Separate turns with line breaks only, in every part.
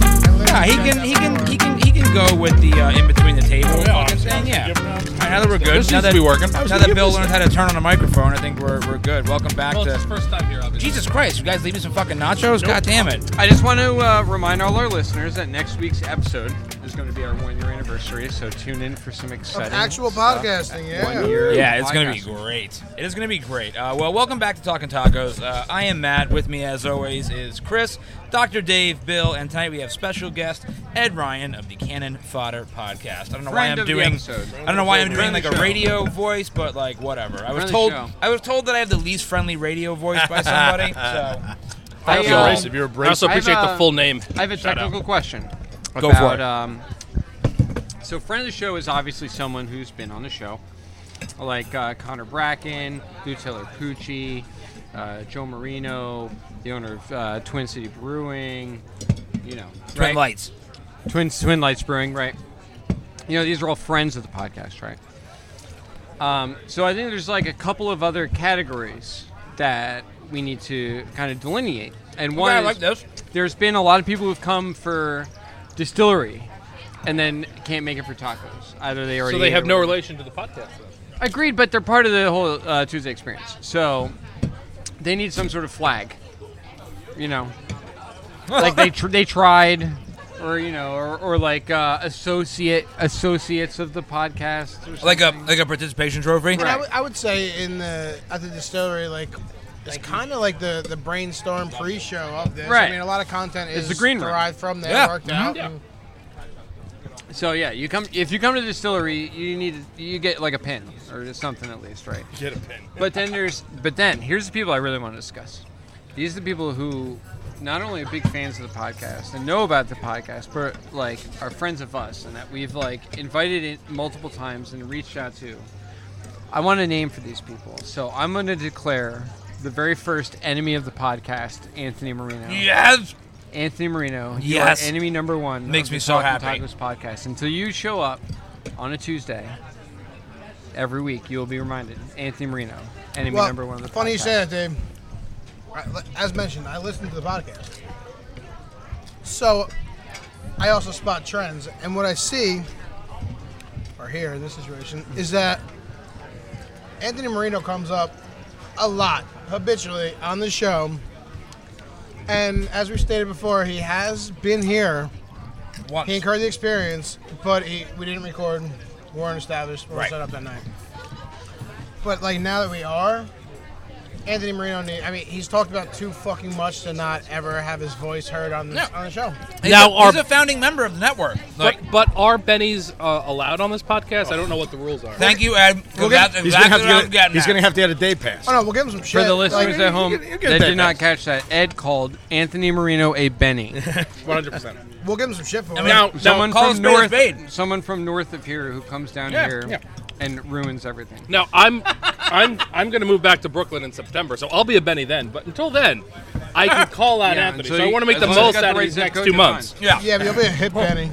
Yeah, he can he can he can he can go with the uh, in between the table
yeah,
fucking
I'm
thing.
saying,
Yeah.
give him that.
All right, now that we're good,
This
now
seems
that
to be working. I
Now
was
that
gonna
Bill
give
learned
this-
how to turn on a microphone, I think we're we're good. Welcome back
Well, it's his
to
first time here, obviously.
Jesus Christ. You guys leaving some fucking nachos? God damn it!
I just want to uh, remind all our listeners that next week's episode is going to be our one year anniversary, so tune in for some exciting
actual
stuff.
podcasting, yeah.
One year
Yeah,
of
it's gonna be
podcasting.
great. It is gonna be great. Uh, well, welcome back to Talking Tacos. Uh, I am Matt. With me, as always, is Chris, Doctor Dave, Bill, and tonight we have special guest Ed Ryan of the Cannon Fodder Podcast. I don't know why
Friend
I'm
of the
doing.
episode.
I don't know why I'm doing
Friend of
like a
the show.
radio voice, but like whatever. I
Friend
was
of the
told.
show.
I was told that I have the least friendly radio voice by somebody. So
I,
That's
um,
abrasive. You're
I also
abrasive.
I've,
appreciate
uh,
the full name.
I have a
Shout out.
technical question.
Go
about,
for it.
Um, so, friend of the show is obviously someone who's been on the show, like uh, Connor Bracken, Lou Taylor Pucci, uh, Joe Marino, the owner of uh, Twin City Brewing. You know,
Twin
right?
lights.
Twin Twin Lights Brewing, right? You know, these are all friends of the podcast, right? Um, so I think there's like a couple of other categories that we need to kind of delineate. And one
I
is-
like those.
there's been a lot of people who've come for distillery and then can't make it for tacos. Either they already
So they
ate
have
or
no
whatever.
relation to the podcast. Though.
Agreed, but they're part of the whole uh, Tuesday experience. So they need some sort of flag, you know, like they tr- they tried, or you know, or, or like uh, associate associates of the podcast. Or something.
Like a like a participation trophy.
And I would- I would say in the at the distillery, like it's kind of like the the brainstorm pre-show of this.
Right.
I mean, a lot of content is
It's the green room. Mm-hmm.
derived from that,
Yeah.
worked
Mhm.
out.
Yeah.
and-
so yeah, you come if you come to the distillery, you need you get like a pin or something at least, right?
Get a pin.
But then there's, but then here's the people I really want to discuss. These are the people who not only are big fans of the podcast and know about the podcast, but like are friends of us and that we've like invited in multiple times and reached out to. I want a name for these people, so I'm going to declare the very first enemy of the podcast, Anthony Marino.
Yes.
Anthony Marino, you
Yes.
are enemy number one.
Makes
of
me
the
so
Talking
happy.
Tacos podcast. Until you show up on a Tuesday every week, you will be reminded. Anthony Marino, enemy
Well,
number one of the
funny
podcast.
you say that, Dave. I- As mentioned, I listen to the podcast, so I also spot trends. And what I see, or hear in this situation, is that Anthony Marino comes up a lot habitually on the show, and as we stated before, he has been here.
Once.
He incurred the experience, but he, we didn't record. We weren't established. We were
Right.
set up that night. But like now that we are, Anthony Marino. Need, I mean, he's talked about too fucking much to not ever have his voice heard on the
Yeah.
on the show.
He's
Now
a,
our-
he's a founding member of the network. Like,
But, but are Bennies uh, allowed on this podcast? I don't know what the rules are.
thank you, Ed.
We'll get-
That's
He's
exactly what
gonna have
I'm
to get. A,
getting
he's
at.
gonna have to get a day pass.
Oh no, we'll give him some shit.
For the listeners
like,
at home
you get- you get
that
that
did not
next.
catch that, Ed called Anthony Marino a Benny.
100. percent
we'll give him some shit for it.
Now,
Someone
call a
from
spade a
north,
spade.
someone from north of here who comes down
Yeah,
here
yeah.
and ruins everything.
now I'm, I'm, I'm gonna move back to Brooklyn in September, so I'll be a Benny then. But until then, I can call out
Yeah,
Anthony.
until
So I
you-
want to make
as
the
long as you
most
got the
out of
right
these
zip
next
code,
two
you're fine.
months.
yeah.
yeah, but you'll be a hit penny.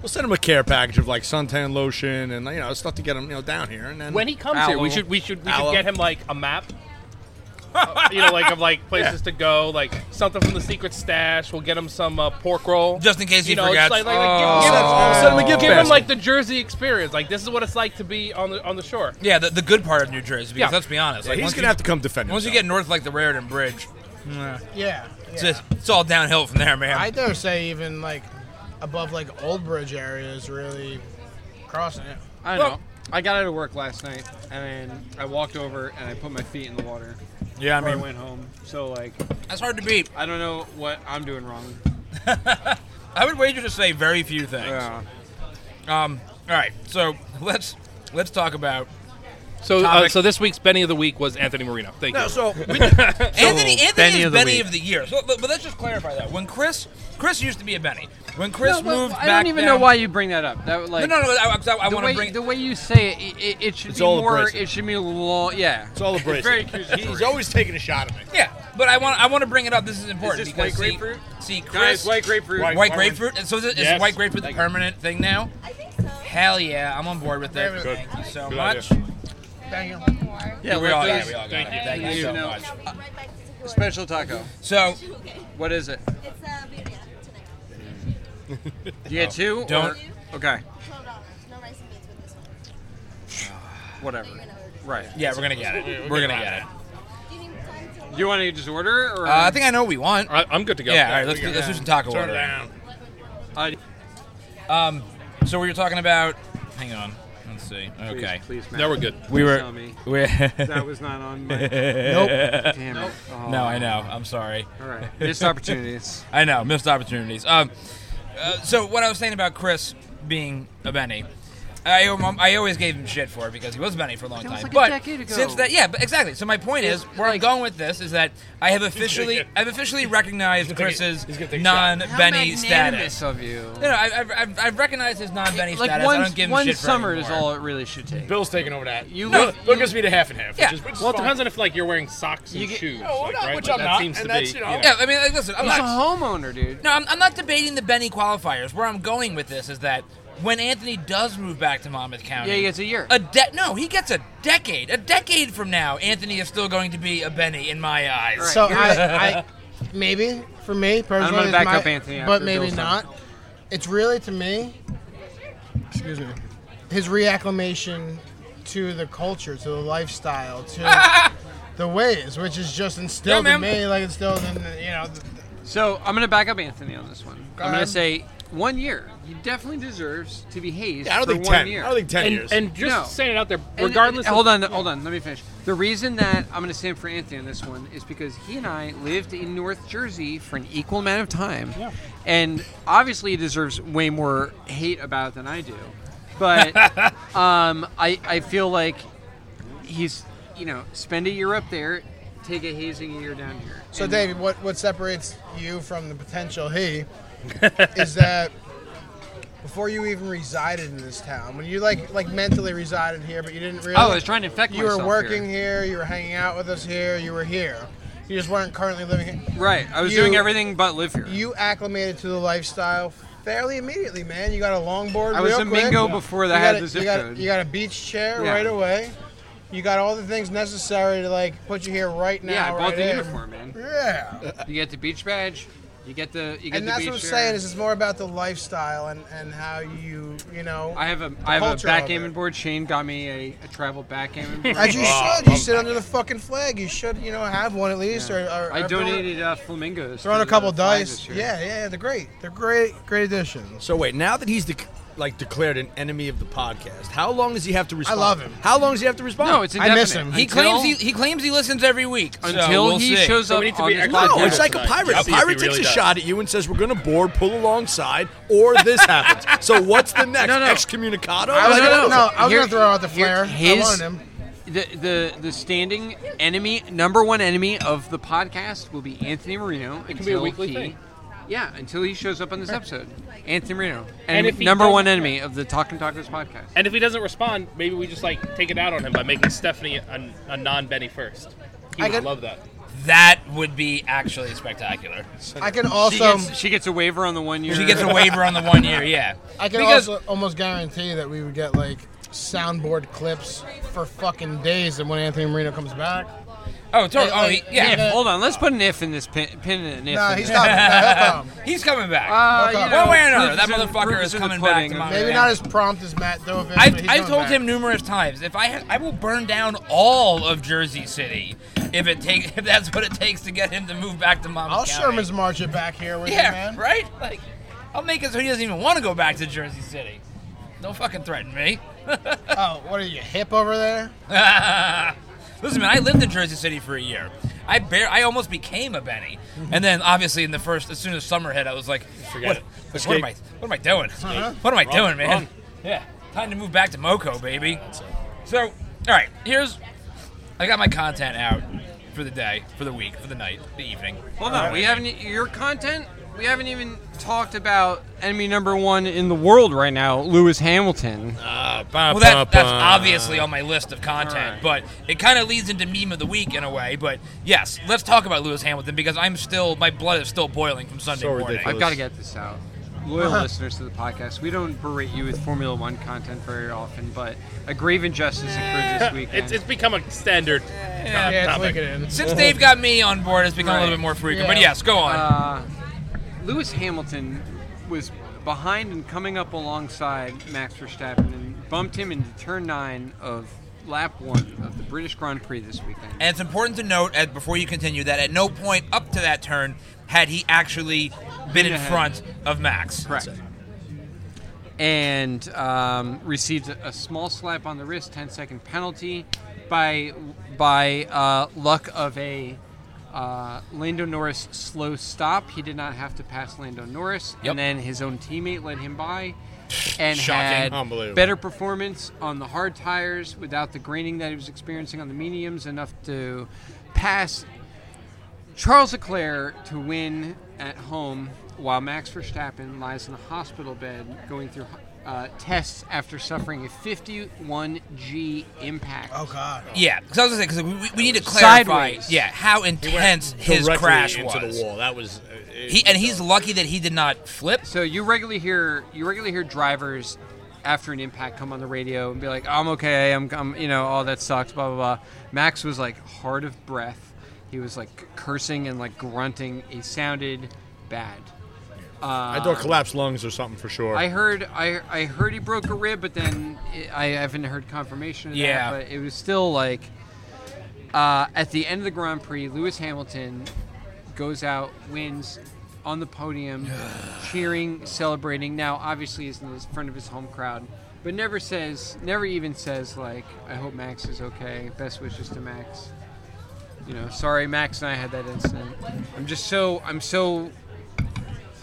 We'll send him a care package of like suntan lotion and you know stuff to get him you know down here. And then
When he comes here, we
Aloe.
should we should we
Aloe.
should get him like a map. Uh, you know, like of like places to go, like something from the secret stash. We'll get him some uh, pork roll,
Just in case he
you know,
forgets.
Just like, like, like, give- give,
Send- send him a gift
give him
basket.
like the Jersey experience. Like this is what it's like to be on the on the shore.
Yeah, the, the good part of New Jersey. Because
Yeah.
let's be honest,
Yeah,
like
he's
once
gonna
you,
have to come defend.
once you get
himself.
north like the Raritan Bridge,
Yeah.
it's,
yeah.
just, it's all downhill from there, man.
I dare say even like above like Old Bridge area is really crossing it.
I
Well-
don't know. I got out of work last night and then I walked over and I put my feet in the water
yeah,
before I went home. So like,
that's hard to beat.
I don't know what I'm doing wrong.
I would wager to say very few things. Um. All right, so let's let's talk about
So, uh,
Topic.
so this week's Benny of the Week was Anthony Marino. Thank you.
so we, Anthony. Anthony
Benny
is
of the
Benny
week.
of the year. So, but, but let's just clarify that. When Chris Chris used to be a Benny. When Chris
No, but
moved,
I
back
don't even
down-
know why you bring that up. That would,
No,
like
no, no. I, 'cause I, I
the
want
way
to bring.
the way you say it, it, it, it should
It's
be
all
more.
abrasive.
It should be law. Yeah.
it's all abrasive.
very accusatory.
He's always taking a shot at me.
yeah, but I want I want to bring it up. This is important
this
because
white
see-
grapefruit?
See, Chris
Guys, white grapefruit.
White, grapefruit. And so is, it- is
Yes.
white grapefruit the
Thank you.
permanent thing now?
I think so.
Hell yeah, I'm on board with that.
Good.
Thank you so
Good
much.
idea.
Thank you.
One more.
Yeah, we all, yeah,
those-
we all got
thank
it.
you.
Thank you,
You
so
know.
much.
I'll be right back to Sephora.
Special taco.
So,
Okay.
What is it?
It's uh, beauty tonight.
You get two? or-
Don't-
okay.
Twelve dollars. No rice and beans with this one.
Whatever.
You're gonna order.
Right.
Yeah, we're gonna get it. We're gonna get it.
Do you need time to
You want to just order it, or
Uh, I think I know what we want.
I, I'm good to go.
Yeah, all right. Let's do, let's do some taco
Turn it
order.
down.
Uh,
Um, so we were talking about. Hang on. Let's see. Okay.
Please, please,
Now we're good.
We were.
Tell me.
We.
That was not on my.
nope.
Damn it. Oh.
No, I know. I'm sorry.
All right. Missed opportunities.
I know, missed opportunities. Um, uh, so what I was saying about Chris being a Benny, I, um, I always gave him shit for it because he was a Benny for a long
That was
time.
like a
but
decade ago.
since that, yeah, but exactly. So my point is, where I'm going with this is that I have officially, I've officially recognized
take it.
Chris's
He's gonna take a shot.
How
non-Benny
magnanimous
status.
of you.
No, no, I, I've, I've, I've recognized his non-Benny
Like
status. I
one,
don't give him
one
shit for it
summer is
anymore.
all it really should take.
Bill's taking over that.
You
Bill,
look-
Bill gives me the half and half.
Yeah.
Which is, which is
Well, it
fine.
depends on if like you're wearing socks and
You get-
shoes.
Oh, No, I'm
like,
not,
right?
which
Like,
I'm
that
not,
seems
and
to
that's,
be.
you know-
Yeah, I mean, like, listen, I'm
He's a
not.
homeowner, dude.
No, I'm, I'm not debating the Benny qualifiers. Where I'm going with this is that when Anthony does move back to Monmouth County,
Yeah, he gets a year.
A de- no, he gets a decade. A decade from now, Anthony is still going to be a Benny in my eyes.
Right.
So I, I, maybe for me personally,
gonna
it's
back
my-
up Anthony
but
after
maybe
Bill's done.
not. It's really to me, excuse me, his reacclimation to the culture, to the lifestyle, to the ways, which is just instilled
Yeah,
in
man.
me, like instilled in the, you know. The,
So I'm going to back up Anthony on this one. I'm going to
ahead.
say one year. He definitely deserves to be hazed
I don't
for
think
one
ten.
year.
I don't think ten
And,
years.
and just
No.
saying it out there,
And-
regardless.
and-
of,
hold on, hold on. Let me finish. The reason that I'm going to stand for Anthony on this one is because he and I lived in North Jersey for an equal amount of time, and obviously he deserves way more hate about than I do. But um, I, I feel like he's, you know, spend a year up there, take a hazing a year down here.
so
And-
David, what what separates you from the potential he is that. Before you even resided in this town, when you like like mentally resided here, but you didn't really.
Oh, I was trying to infect
you
myself.
were working
here.
here. you were hanging out with us here, you were here. You just weren't currently living here.
right? I was
You-
doing everything but live here.
You acclimated to the lifestyle fairly immediately, man. You got a longboard.
I was
real
a
quick.
Mingo before that
You got
had
a-
the zip
you got, a-
code.
You got a beach chair
Yeah.
right away. You got all the things necessary to like put you here right now.
yeah, I bought
right
the
in.
uniform, man.
Yeah,
You get the beach badge. You get the. You get
and
the
that's
beach
what I'm
chair.
saying is it's more about the lifestyle and and how you you know.
I have a I have a
culture of it.
backgammon board. Shane got me a, a travel backgammon board.
as you
Oh,
should, you
I'm
sit under the fucking flag. You should, you know, have one at least. Or, or
I
or-
donated uh, flamingos.
Throwing
to
a couple
the flag
dice.
this year.
Yeah, yeah, they're great. They're great, great additions.
So wait, now that he's dec like declared an enemy of the podcast, how long does he have to respond?
love him.
How long does he have to respond?
No, it's
I miss
indefinite.
him.
He
Until-
claims he, he claims he listens every week. so
until
we'll
he
see.
shows
So
up
we need to
on
be
this
extra
No,
podcast.
it's like a
Tonight.
pirate.
Yep.
A
See if he
pirate takes
really
a
does.
shot at you and says, "We're going to board, pull alongside, or this happens." So what's the next?
No, no.
Excommunicado?
I was
No,
Like,
no,
gonna,
no.
no, I was
Here-
gonna throw out the
here-
flare.
his-
I wanted him.
the, the the standing enemy number one enemy of the podcast will be Anthony Marino. It
can be a weekly thing.
Yeah, until he shows up on this episode. Anthony Marino.
And
And
if he
number
doesn't-
one enemy of the Talking Tacos podcast.
and if he doesn't respond, maybe we just like take it out on him by making Stephanie a, a non-Benny first. He
I
would
could-
love that.
that would be actually spectacular.
I can
She,
also,
gets, she gets a waiver on the one year.
She gets a waiver on the one year, yeah.
I can
because
also almost guarantee that we would get like soundboard clips for fucking days. And when Anthony Marino comes back,
oh, totally, oh, he,
Like-
yeah,
If, hold on, let's put an if in this pin, pin and an if.
nah,
in
he's
this.
not. nah, he'll come.
he's coming back.
Uh, you
One
know,
way or another, that
proof is in-
motherfucker
proof
is
in the
coming back
pudding.
to my-
Maybe
Yeah.
not as prompt as Matt Dovin. but
I've,
he's
I've
coming
told
back.
him numerous times if I ha- I will burn down all of Jersey City if it takes if that's what it takes to get him to move back to Monmouth
I'll
County.
Sherman's march it back here with
Yeah,
you, man.
right? Like, I'll make it so he doesn't even want to go back to Jersey City. Don't fucking threaten me.
Oh, what are you hip over there?
Listen, man, I lived in Jersey City for a year. I bare, I almost became a Benny, and then obviously in the first, as soon as summer hit, I was like, what,
it.
what am I, what am I doing? What am I doing, man? Yeah, time to move back to Moco, baby. So, all right, here's, I got my content out for the day, for the week, for the night, the evening.
Hold on, we haven't your content. We haven't even talked about enemy number one in the world right now, Lewis Hamilton.
Well, that, that's obviously on my list of content, but it kind of leads into meme of the week in a way. But yes, let's talk about Lewis Hamilton because I'm still my blood is still boiling from Sunday
So
morning.
ridiculous.
I've got to get this out. Loyal
Uh-huh.
listeners to the podcast, we don't berate you with Formula One content very often, but a grave injustice occurred this weekend.
It's, it's become a standard.
Yeah.
Yeah, it's wicked in.
Since Dave got me on board, it's become a little
Right.
bit more frequent.
Yeah.
But yes, go on.
uh, Lewis Hamilton was behind and coming up alongside Max Verstappen and bumped him into turn nine of lap one of the British Grand Prix this weekend.
And it's important to note, at, before you continue, that at no point up to that turn had he actually been in
ahead.
front of Max.
Correct. And um, received a small slap on the wrist, 10 second penalty by by uh, luck of a uh, Lando Norris slow stop. He did not have to pass Lando Norris,
Yep.
and then his own teammate let him by. And
Shocking.
had
Unbelievable.
better performance on the hard tires without the graining that he was experiencing on the mediums, enough to pass Charles Leclerc to win at home while Max Verstappen lies in a hospital bed going through uh, tests after suffering a 51G impact.
Oh God.
Yeah, because I was gonna say because we, we, we need to clarify.
Sideways.
Yeah, how intense his
Directly
crash
into
was.
the wall. That was uh,
He and he's lucky that he did not flip.
So you regularly hear you regularly hear drivers after an impact come on the radio and be like, "I'm okay, I'm, I'm you know, all that sucks, blah blah blah." Max was like hard of breath. He was like cursing and like grunting. He sounded bad.
I thought collapsed lungs or something for sure.
I heard I, I heard he broke a rib, but then it, I haven't heard confirmation of
Yeah.
that. But it was still like uh, at the end of the Grand Prix, Lewis Hamilton goes out, wins on the podium, cheering, celebrating. Now, obviously, is in his- front of his home crowd, but never says, never even says like, "I hope Max is okay. Best wishes to Max." You know, sorry, Max and I had that incident. I'm just so I'm so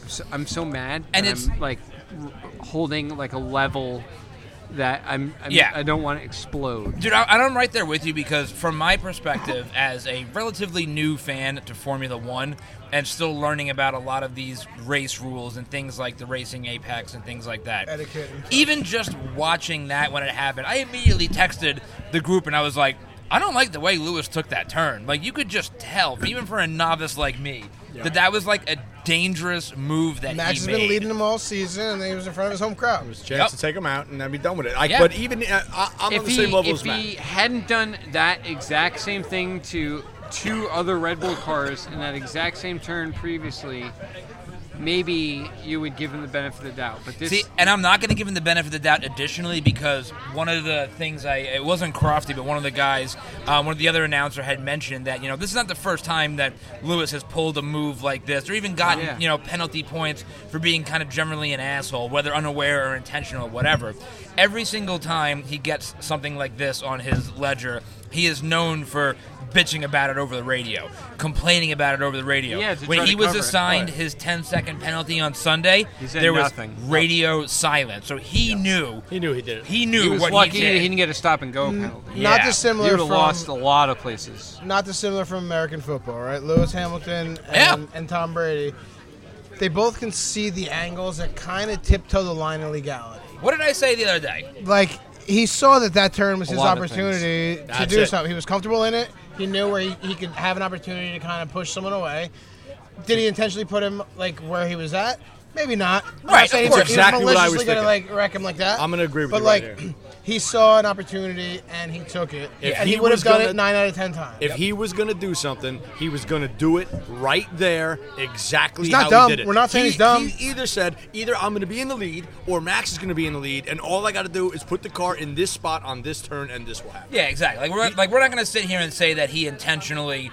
I'm so, I'm so mad,
And
that
it's-
I'm, like r- holding like a level that I'm, I'm
Yeah.
I don't want to explode.
Dude, I, I'm right there with you because, from my perspective, as a relatively new fan to Formula One and still learning about a lot of these race rules and things like the racing apex and things like that,
Etiquette.
even just watching that when it happened, I immediately texted the group and I was like, I don't like the way Lewis took that turn. Like, you could just tell, even for a novice like me, that that was like a dangerous move that
Max
he
has
made.
been leading them all season, and he was in front of his home crowd.
There's a chance
Yep.
to take him out and then be done with it. I,
Yeah.
But even uh, I, I'm on the same level
if
as Matt.
he hadn't done that exact same thing to two other Red Bull cars in that exact same turn previously, maybe you would give him the benefit of the doubt. But this,
See, and I'm not going to give him the benefit of the doubt. Additionally, because one of the things I it wasn't Crofty, but one of the guys, um, one of the other announcer had mentioned that you know this is not the first time that Lewis has pulled a move like this, or even gotten
Yeah.
you know penalty points for being kind of generally an asshole, whether unaware or intentional, whatever. Every single time he gets something like this on his ledger, he is known for bitching about it over the radio, complaining about it over the radio.
Yeah, to
when
try
he
to
was
cover it.
assigned his 10-second penalty on Sunday,
He said
there was
nothing.
radio silence. So he knew.
he knew he did it.
He knew
he was
what
lucky
he
he,
did.
didn't get a stop and go penalty.
Yeah.
Not
You
dissimilar
would have
from
lost a lot of places.
not dissimilar from American football, right? Lewis Hamilton and,
Yeah.
and Tom Brady. They both can see the angles that kind of tiptoe the line of legality.
what did I say the other day?
Like he saw that that turn was his
lot of
opportunity to
That's
do
it.
something. He was comfortable in it. He knew where he, he could have an opportunity to kind of push someone away. Did he intentionally put him like where he was at? Maybe not. I'm not
Right,
saying
of course.
he's- he's
Exactly what I was
maliciously gonna,
thinking.
like wreck him like that.
I'm gonna agree with
but
you
like,
right there.
he saw an opportunity and he took it.
If
and he,
he
would have
was
done
gonna-
it nine out of ten times.
If he was going to do something, he was going to do it right there, exactly
He's not
how
dumb.
he did it.
We're not saying
He-
he's dumb.
He either said, either I'm going to be in the lead, or Max is going to be in the lead, and all I got to do is put the car in this spot on this turn, and this will happen.
Yeah, exactly. Like we're like we're not going to sit here and say that he intentionally,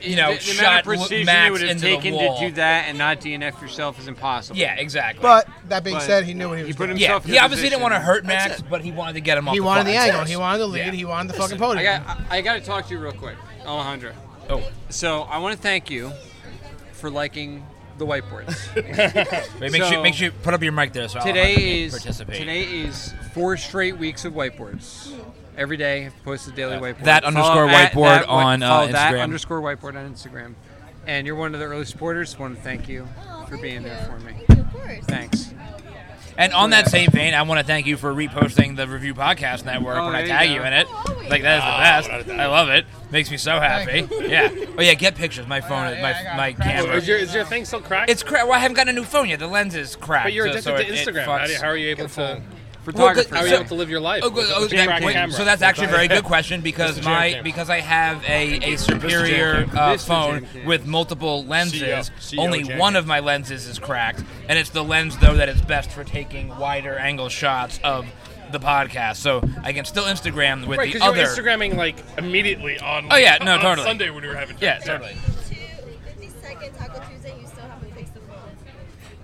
you know,
the, the amount
shot
of precision it
Max
would have
into
taken
the wall.
to do that and not DNF yourself is impossible.
Yeah, exactly.
But that being
But
said, he knew what he
he
was
put
doing.
him-
yeah,
himself in
he
the
obviously didn't
position.
want to hurt
That's
Max,
it.
but he wanted to get him off.
He
the
wanted
ball.
the angle. He wanted the lead.
Yeah.
He wanted the fucking podium.
I got I, I got to talk to you real quick, Alejandro.
Oh,
So I want to thank you for liking the whiteboards.
wait, make sure
So-
make sure you put up your mic there. So I'll have
today
to
is
Oh, participate.
today is four straight weeks of whiteboards. Every day, I've posted daily whiteboard.
that underscore
at-
whiteboard
that,
on,
whi-
uh,
follow that
Instagram.
underscore whiteboard on Instagram. And you're one of the early supporters. Want to thank you
Oh,
for
thank
being
you.
there for me.
Thank you, of course.
Thanks.
And on that
Yeah.
same vein, I want to thank you for reposting the Review Podcast Network
Oh,
when I
there you
tag
go.
you, in it.
Oh, always.
Like that is
Oh,
the best. I love it. Makes me so happy. Yeah. Oh yeah, get pictures. My phone,
yeah, I
my
got
my
it. Crap.
camera.
Is your, is your thing still cracked?
It's crap. Well, I haven't gotten a new phone yet. The lens is crap.
but you're
so-
addicted
so
to
it- it
Instagram.
fucks-
How do you- how are you able
full-
to?
photographer.
Well,
How are you
So-
able to live your life?
Oh, good.
with a
oh,
track
that- wait,
camera?
so that's actually a very good question
Mr.
because
Jam
my
Cam.
because I have a, a superior uh,
Mr.
phone
Jam Cam.
with
E
multiple lenses.
CEO
Only
Jam
one
Cam.
of my lenses is cracked, and it's the lens though that is best for taking wider angle shots of the podcast. So I can still Instagram with
Right,
the
because
other.
you're Instagramming like immediately on.
Oh, yeah,
like,
no,
on
totally.
Sunday when we were having.
yeah,
drinks.
totally.
Fifty-second Taco Tuesday, you still haven't fixed the phone.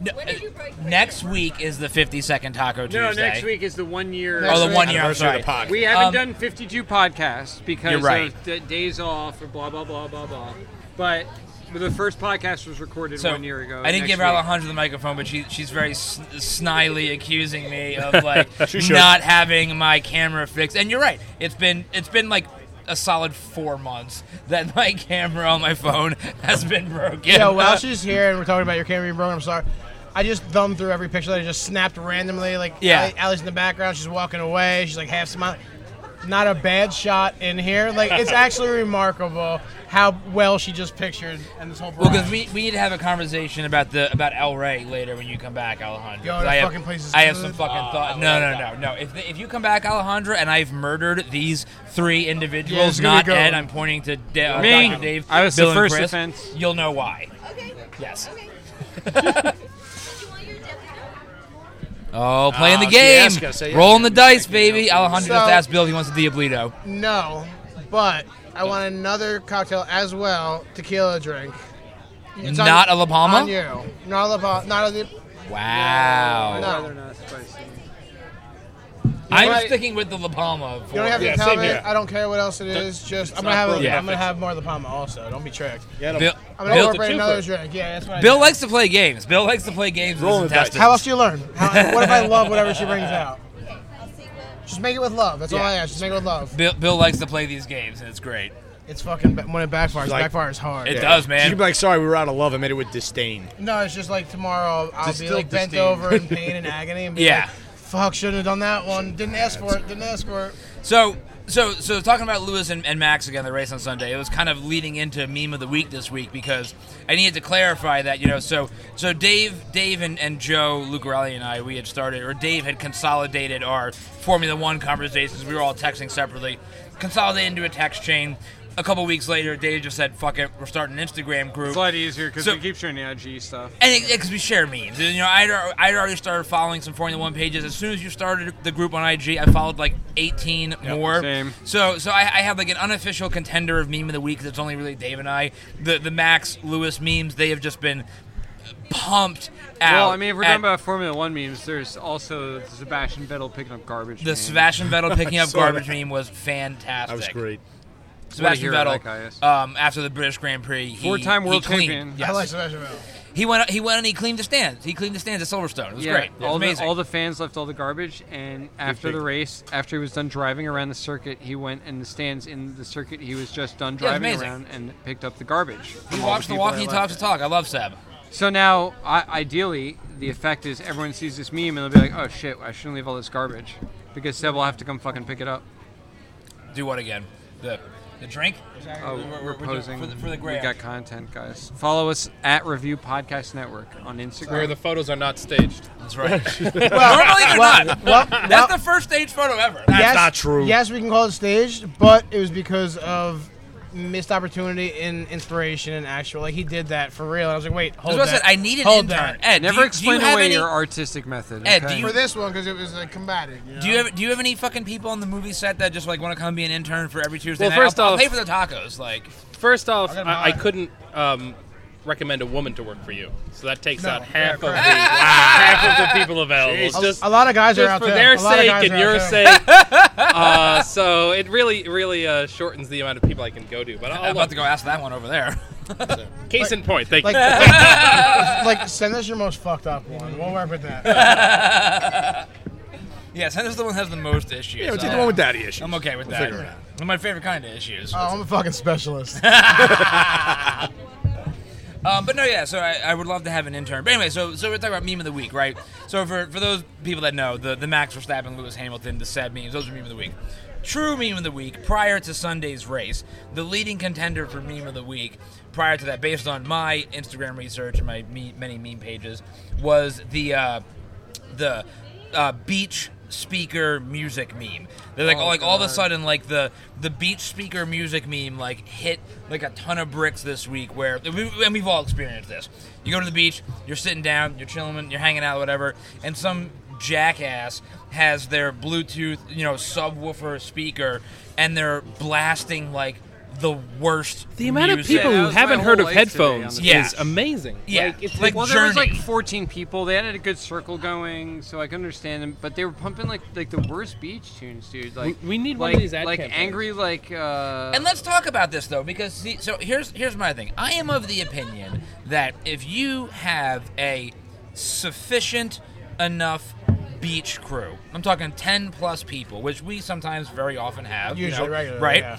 No,
When did you break
uh, next week is the 50 second Taco Tuesday.
no, next week is the one year.
Next
Oh, the
week.
one year. I'm
Anniversary
sorry.
of the podcast.
We haven't
Um,
done 52 podcasts because
You're right.
of d- days off or blah blah blah blah blah. But the first podcast was recorded
So
one year ago.
I didn't
next
give
week.
Alejandra the microphone, but she she's very s- snily accusing me of like
She should.
not having my camera fixed. And you're right. It's been it's been like a solid four months that my camera on my phone has been broken.
Yeah, while she's here and we're talking about your camera being broken, I'm sorry. I just thumbed through every picture that I just snapped randomly. Like,
Yeah.
Ali- Ali's in the background. She's walking away. She's like half smiling. Not a bad shot in here. Like, it's actually remarkable how well she just pictured and this whole.
Well, because we,
barrage.
we need to have a conversation about the about El Rey later when you come back, Alejandra.
Yo,
'Cause
that
I have,
fucking place is
I have
good.
some fucking thought. No, no, no, no. If, the, if you come back, Alejandra, and I've murdered these three
Yeah,
individuals,
it's gonna
not
be a good
Ed.
one.
I'm pointing to da- uh,
Me.
Dr. Dave.
I was the
Bill and
first
Chris,
offense.
You'll know why.
Okay.
Yes.
Okay. Did you want your deputy?
Oh, playing
Ah,
the
she
game,
asked us, so yeah.
rolling the dice, baby. Alejandro
So-
just asked Bill if he wants a Diablito.
No, but I want another cocktail as well, tequila drink. It's on-
Not a La Palma?
On you. Not a La Palma. Not a. the-
Wow.
No.
They're not spicy.
I'm
Right.
sticking with the La Palma. For
You don't have
Yeah,
to tell
same
me.
here.
I don't care what else it is. Just I'm
not
gonna have. A,
broken.
I'm gonna have more of the Palma also. Don't be tricked.
Bill,
I'm gonna
Bill,
incorporate
the
another
twofer.
drink. Yeah, that's what I
Bill
do.
likes to play games. Bill likes to play games with
Rolling
his
the dice.
intestines.
How else do you learn? How, what if I love whatever she brings out?
Okay, I'll see what.
Just make it with love. That's all
Yeah.
I ask. Just make it with love.
Bill, Bill likes to play these games, and it's great.
It's fucking ba- when it backfires.
Like-
backfires hard.
It does,
She'd
man.
be like, sorry, we were out of love. I made it with disdain.
No, it's just like tomorrow I'll be
Distilled
like bent
disdain.
over in pain and agony and be
Yeah.
like, "Fuck, shouldn't have done that one. Didn't ask for it. Didn't ask for it."
So, so, so talking about Lewis and, and Max again, the race on Sunday. It was kind of leading into meme of the week this week because I needed to clarify that you know. So, so Dave, Dave, and, and Joe Lucarelli and I, we had started, or Dave had consolidated our Formula One conversations. We were all texting separately, consolidated into a text chain. A couple weeks later, Dave just said, "Fuck it, we're starting an Instagram group."
It's a lot easier because
So-
we keep showing the IG stuff.
And because we share memes, And, you know, I'd, al- I'd already started following some Formula One pages. As soon as you started the group on IG, I followed like 18 more.
same.
So, so I, I have like an unofficial contender of meme of the week. 'cause It's only really Dave and I. The the Max Lewis memes. They have just been pumped out.
Well, I mean, if we're
at
talking about Formula One memes, there's also Sebastian Vettel picking up garbage.
the
meme.
Sebastian Vettel picking up
saw
garbage
that.
meme was fantastic.
That was great.
Sebastian
What a hero
Vettel,
that guy is.
um, after the British Grand Prix, he-
Four-time
he
world
cleaned.
champion.
Yes.
I like Sebastian Vettel.
he went. He went and he cleaned the stands. He cleaned the stands at Silverstone. It was great. It was
all the,
amazing.
all the fans left all the garbage, and after the race, after he was done driving around the circuit, he went in the stands in the circuit he was just done
Yeah, it's
driving
amazing.
around and picked up the garbage.
He
from all
walks the
people
walk,
that
he
left
talks
it.
the talk. I love Seb.
So now, I, ideally, the effect is everyone sees this meme and they'll be like, "Oh shit, I shouldn't leave all this garbage," because Seb will have to come fucking pick it up.
Do what again? The the drink?
Oh,
We're- we're-
we're,
we're doing-
posing.
for the- for the
we
gram.
got content, guys. Follow us at Review Podcast Network on
Where
Instagram.
the photos are not staged.
That's right. Normally they're not. That's the first stage photo ever. That's
yes,
not true.
Yes, we can call it staged, but it was because of missed opportunity and inspiration and actual. Like he did that for real. I was like, wait, hold
what I said.
that.
I need an
hold
intern.
That.
Ed, do
Never
you,
explain
do you have
away
any,
your artistic method.
Ed, do
okay?
you-
For this one, because it was like combated. You know?
Do you have do you have any fucking people on the movie set that just like want to come be an intern for every Tuesday
Well,
night?
first
I'll, I'll
off-
pay for the tacos. Like
First off,
got
I, I
mine.
couldn't um, recommend a woman to work for you, so that takes
No,
out half of the
yeah, correct.
half of the people available.
a,
Just,
a lot of guys are
just
out
for their
there. a lot of
sake
guys
and
are out
your
there.
sake. uh, so it really, really uh, shortens the amount of people I can go to. But
I'm
I'll
about
look.
to go ask that one over there.
Case in point, thank
Like,
you.
like, like, send us your most fucked up one. We'll work with that.
yeah, Sanders the one that has the most issues.
Yeah, it's
Uh,
the one with daddy issues.
I'm okay with
We'll
that.
figure it out.
My favorite kind of issues.
Oh, I'm a fucking specialist.
Um, but no, yeah. So I, I would love to have an intern. But anyway, so so we're talking about meme of the week, right? So for, for those people that know, the the Max Verstappen, Lewis Hamilton, the sad memes, those are meme of the week. True meme of the week prior to Sunday's race, the leading contender for meme of the week prior to that, based on my Instagram research and my me, many meme pages, was the uh, the uh, beach speaker music meme. They're like,
Oh,
like all of a
God.
sudden, like the the beach speaker music meme like hit like a ton of bricks this week. Where we- and we've all experienced this. You go to the beach, you're sitting down, you're chilling, you're hanging out, whatever, and some jackass has their Bluetooth, you know, subwoofer speaker, and they're blasting like the worst.
The amount of
music.
people
that
who
was my
haven't
whole
heard of
life today
headphones
on
the- Yeah.
is amazing.
Yeah.
Like, it's
Like,
like,
Well, there was like
Journey.
14 people. They had a good circle going, so I can understand them. But they were pumping like like the worst beach tunes, dude. Like
we need one
like,
of these ad
like
campaigns.
angry like. Uh,
And let's talk about this though, because see, so here's here's my thing. I am of the opinion that if you have a sufficient enough beach crew, I'm talking ten plus people, which we sometimes very often have, you
Usually,
know,
regularly,
right?
yeah.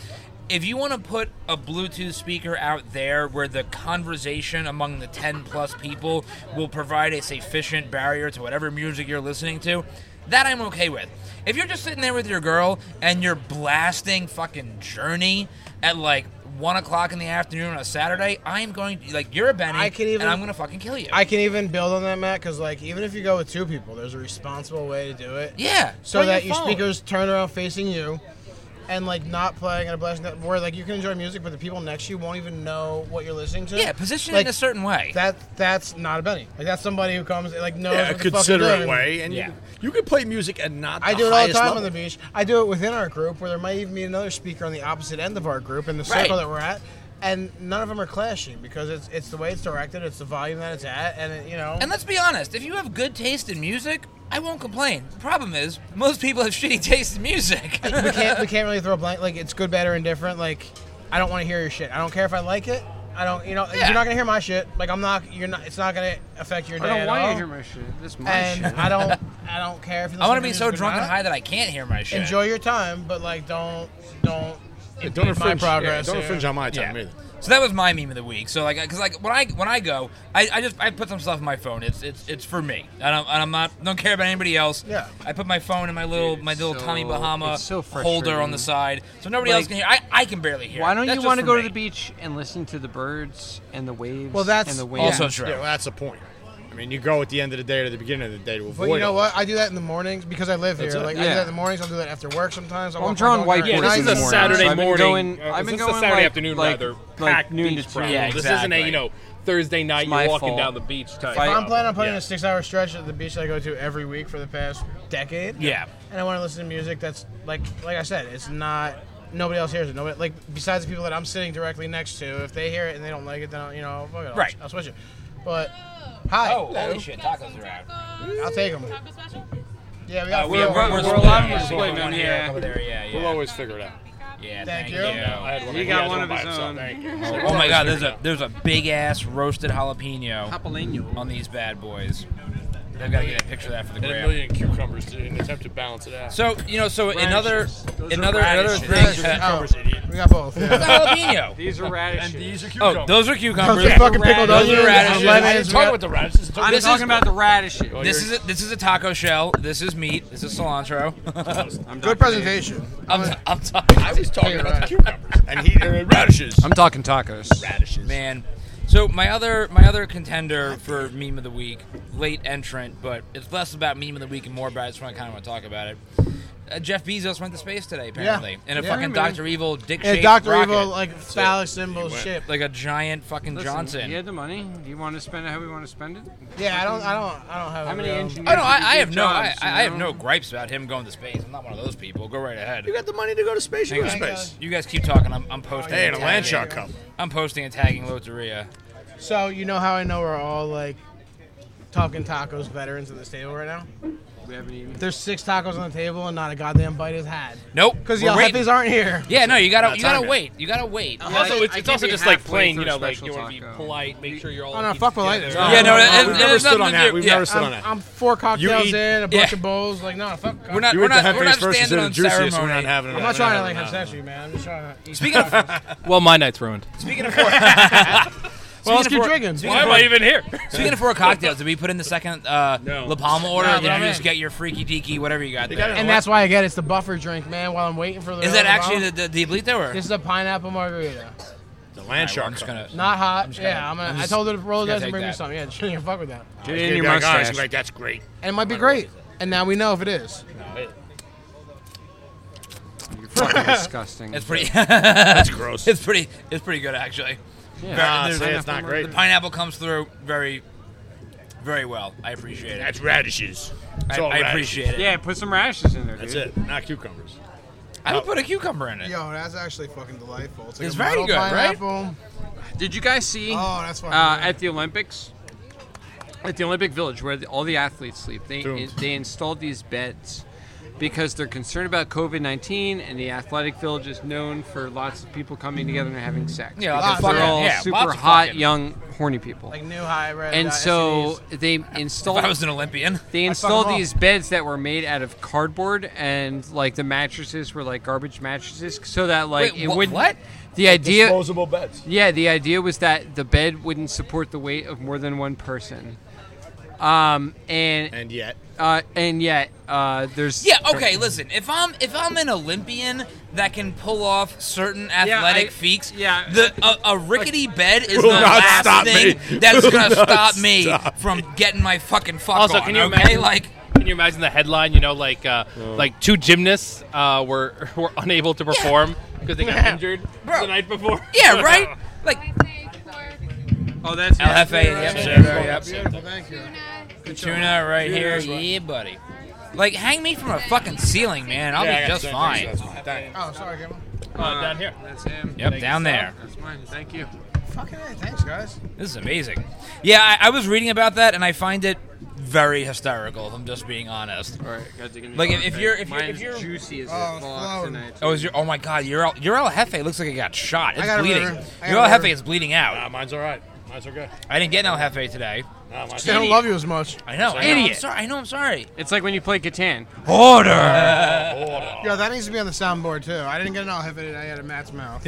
If you want to put a Bluetooth speaker out there where the conversation among the 10 plus people will provide a sufficient barrier to whatever music you're listening to, that I'm okay with. If you're just sitting there with your girl and you're blasting fucking Journey at like 1 o'clock in the afternoon on a Saturday, I'm going to, like, you're a Benny,
I can even-
and I'm going to fucking kill you.
I can even build on that, Matt, because like even if you go with two people, there's a responsible way to do it.
yeah.
So
Bring
that
your
your
phone.
speakers turn around facing you, and like not playing at a blast net- where like you can enjoy music, but the people next to you won't even know what you're listening to.
Yeah, position it
Like,
in a certain way.
That that's not a Benny. Like that's somebody who comes like knows.
Yeah,
what the fuck
a
they're
considerate
doing.
way, and
Yeah.
you, you can play music and not.
I do it all the
highest
time
level.
on the beach. I do it within our group where there might even be another speaker on the opposite end of our group in the circle
Right.
that we're at, and none of them are clashing because it's it's the way it's directed, it's the volume that it's at, and it, you know.
And let's be honest, if you have good taste in music, I won't complain. The problem is, most people have shitty taste in music.
we can't we can't really throw a blank like it's good, bad, or indifferent. Like I don't want to hear your shit. I don't care if I like it. I don't you know
Yeah.
you're not gonna hear my shit. Like I'm not you're not it's not gonna affect your day
I don't
at
want you
all.
to hear my shit. This is my
and
shit.
I don't I don't care if you.
I want to
listen
be
music
so
or
drunk and
not.
high that I can't hear my shit.
Enjoy your time, but like don't don't
Yeah, don't
impede my
infringe.
progress.
yeah,
here.
don't infringe on my time
Yeah.
either.
So that was my meme of the week. So like, because like when I when I go, I, I just I put some stuff in my phone. It's it's it's for me. I don't and I'm not don't care about anybody else.
Yeah.
I put my phone in my little
Dude,
my
it's
little Tommy
so-
Bahama
it's so
holder on
frustrating.
the side, so nobody else
Like,
can hear. I, I can barely hear.
Why don't you
want
want to go to the beach and listen to the birds and the waves?
Well, that's
and the wind?
Also
Yeah,
true.
well, that's the point. I mean, you go at the end of the day or the beginning of the day to avoid.
But you know
all
what? I do that in the mornings because I live here.
That's it.
Like I do
Yeah.
that in the mornings. I'll do that after work sometimes. I'll
Well, I'm
walk my
drawing
dog
white
during
yeah,
the
this
boards
night.
is
in
a
the morning,
Saturday
so I've been
morning.
going-
uh,
I've
this
been
is a
going,
Saturday
like-
afternoon
like-
rather.
like
packed
noon to
beach
three.
crowd.
Yeah,
This isn't a
exactly.
you know Thursday night
my
you're walking
fault.
down the beach type.
If
If I'm planning on putting
Yeah.
in a six-hour stretch at the beach that I go to every week for the past decade.
Yeah.
And I want to listen to music that's like, like I said, it's not. Nobody else hears it. Nobody like besides the people that I'm sitting directly next to. If they hear it and they don't like it, then I'll, you know, fuck it, I'll,
Right.
I'll switch it. But hi,
Oh, holy shit! Tacos are out.
I'll take them.
Taco special?
yeah, we got
we
four
have-
of
we're,
'em.
we're allowed to display
one
them,
here,
yeah.
a couple there, yeah, yeah.
We'll always figure it out.
Yeah,
Thank
thank,
you. Oh.
you.
had
He
of
got
these
one of his
by himself,
own.
thank you.
Oh my god, there's a there's a big ass roasted jalapeno.
Papaleño.
on these bad boys. They've got to get a picture of that for the
And a
gram.
million cucumbers to, in an attempt to balance it out.
So you know, so another
Radishes. Those are
another another
radishes.
thing.
Radishes.
uh,
Oh, we got both. Yeah.
jalapeno.
These are radishes.
are
Oh, those are cucumbers.
Those are fucking pickled
Those are
onions,
radishes.
lemons, we
Talk
got-
about the radishes.
I'm
This is-
talking about the radishes.
This is a, this is a taco shell. This is meat. This is cilantro.
I'm
Good
talking-
presentation.
I'm, I'm talking.
I was talking about the cucumbers and he uh, radishes.
I'm talking tacos.
radishes.
Man, so my other my other contender for meme of the week, late entrant, but it's less about meme of the week and more about. I just want to kind of want to talk about it. Uh, Jeff Bezos went to space today, apparently, in a
Yeah,
fucking
man.
Doctor Evil dick
And
shaped
Doctor
rocket.
Evil like phallic symbol
went.
ship.
like a giant fucking
Listen,
Johnson.
He had the money. Do you want to spend it how we want to spend it? Um,
Yeah, I don't, I don't, I don't have.
How
a
many
real-
engineers?
Oh no, I,
did
I
good
have no, I,
jobs, you
I have
know?
no gripes about him going to space. I'm not one of those people. Go right ahead.
You got the money to go to space. You go to
Thank
space.
You guys keep talking. I'm, I'm posting.
Hey,
and
and a land
tagging-
shark cup.
I'm posting and tagging Loteria.
So you know how I know we're all like talking tacos veterans at this table right now.
We haven't even.
There's six tacos on the table and not a goddamn bite is had.
Nope.
Because
we're
y'all
waiting.
jeffies aren't here.
Yeah, no, you gotta
Not
you gotta
time
wait. You gotta wait.
Uh-huh.
Also,
I-
it's,
I
it's
can't
also
be
just like
halfway
plain,
through
you know,
a
like
special
you want to be
taco.
polite, make sure you're all.
Oh no,
eat
fuck
together.
politeness.
Yeah, no,
I'm-
it-
We've
it
never
has
stood
nothing
on
to
that.
do-
We've
yeah.
never stood on
I'm,
that.
I'm four cocktails
eat-
in, a bunch
yeah.
of bowls. Like, no, fuck.
We're not
You
we're
ate the
not, we're not
heaviest versus
standing
the
on
juiciest. We're
ceremony.
not having.
I'm not trying to like have sex with you, man. I'm just trying to. Eat
Speaking of
Well, my night's ruined.
speaking of four,
well, let's
of
keep
four-
drinking.
speaking
Why am I even here?
speaking of four cocktails, did we put in the second uh,
No.
La Palma order?
No,
or did
no,
you
man.
just get your freaky deaky whatever you got there?
got
Is
it.
and that's why I get it's the buffer drink, man. While I'm waiting for the.
that
Diablito.
actually the the Diablito or?
This is a pineapple margarita.
The land
Alright, well,
shark.
I'm just
cup.
gonna
Not hot.
just
yeah,
gonna-
I'm gonna.
I'm
i
just-
told her to roll
just
this
gonna
and bring me
take
something. Yeah, she didn't fuck with that.
Get
It's
it
gonna
in your
be like, "Oh, it's
mustache.
gonna be like, that's great.
And it might be great. And that we know if it is.
No, it
fucking disgusting.
It's pretty.
That's gross.
it's pretty. It's pretty good actually. Very-
Yeah. Nah,
there's-
see,
the
it's not great.
Pineapple comes through very, very well. I appreciate it.
That's radishes. It's
I,
all
I
radishes.
appreciate it.
yeah, put some rashes in there, dude.
That's it. Not cucumbers.
I would put a cucumber in it.
Yo, that's actually fucking delightful. It's, like
It's
a
very
muddled
good, right?
pineapple.
Did you guys see
Oh, that's fucking
uh,
good.
at the Olympics? At the Olympic Village, where the, all the athletes sleep, they
Doomed.
they installed these beds because they're concerned about COVID nineteen, and the athletic village is known for lots of people coming together and having sex.
Yeah,
because
lots of
they're
fucking-
all
yeah,
super
lots of
hot,
fucking-
young, horny people.
Like new hybrid.
and
uh,
so
STDs.
they
If
installed
I was an Olympian,
they
fuck 'em
installed
all.
these beds that were made out of cardboard and like the mattresses were like garbage mattresses so that like
Wait,
it
wha-
would
what?
the idea
Disposable beds.
yeah, the idea was that the bed wouldn't support the weight of more than one person. Um, and
And yet,
uh, and yet uh, there's
Yeah, okay, listen. If I'm if I'm an Olympian that can pull off certain athletic
I-
feats,
yeah.
the a, a rickety bed is the
Will not
last
stop
thing
me.
that's
Will
gonna
not
stop me
stop
from getting my fucking fuck
Also,
on.
can you
okay,
imagine-
like
Can you imagine the headline? You know, like uh, like two gymnasts uh, were were unable to perform because they got injured
Bro.
the night before.
yeah, right? Like
oh that's
LFA, yep,
Yeah.
yep,
Beautiful, thank you.
Tuna right here, yeah, buddy. Like hang me from a fucking ceiling, man. I'll
Yeah, I
be
got
just
you.
fine.
That's fine. Thank you.
Oh, sorry, Cameron.
Uh, down here.
That's him.
Yep,
Thank
down
you,
there.
That's mine. Thank you.
Fucking hey, thanks, guys.
This is amazing. Yeah, I, I was reading about that and I find it very hysterical. If I'm just being honest.
All right, got to give me
Like,
one
if
thing.
you're- if you're- if
Mine's
you're-
juicy as
Oh,
oh,
it's
fuck
flowing.
tonight.
Oh, is your? Oh my God, your El, your El Jefe looks like it got shot. It's
got a
bleeding.
river. I got
Your El
a
Jefe
river.
is bleeding out.
Nah, uh, mine's all right. Mine's okay.
I didn't get an El Jefe today.
Nah, mine's
They don't love you as much.
I know. I know, I'm
Idiot.
sorry. I know. I'm sorry.
It's like when you play Catan.
Order.
Yo, that needs to be on the soundboard too. I didn't get an all heavy today. I had a Matt's mouth.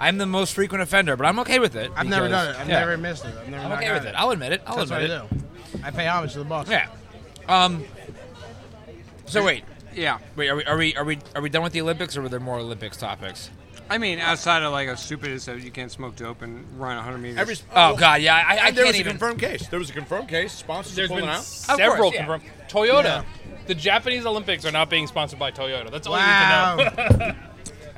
I'm the most frequent offender, but I'm okay with it.
I've never
because-
done it. I've
yeah.
never missed it. I've never
I'm
not
okay
got
with it. I'll admit it. I'll
That's what I
admit
do. I pay homage to the boss.
it. Yeah. Um. So wait,
Yeah,
wait. Are we are we are we are we done with the Olympics, or were there more Olympics topics?
I mean outside of like a stupid is that you can't smoke dope and run 100 meters.
Every,
Oh God, yeah. I, I
And there
can't
was a
even.
confirmed case. There was a confirmed case. Sponsors are
There's
pulling
been
out.
several
course, yeah.
confirmed. Toyota. The Japanese Olympics are not being sponsored by Toyota. That's all
Wow.
you need to know.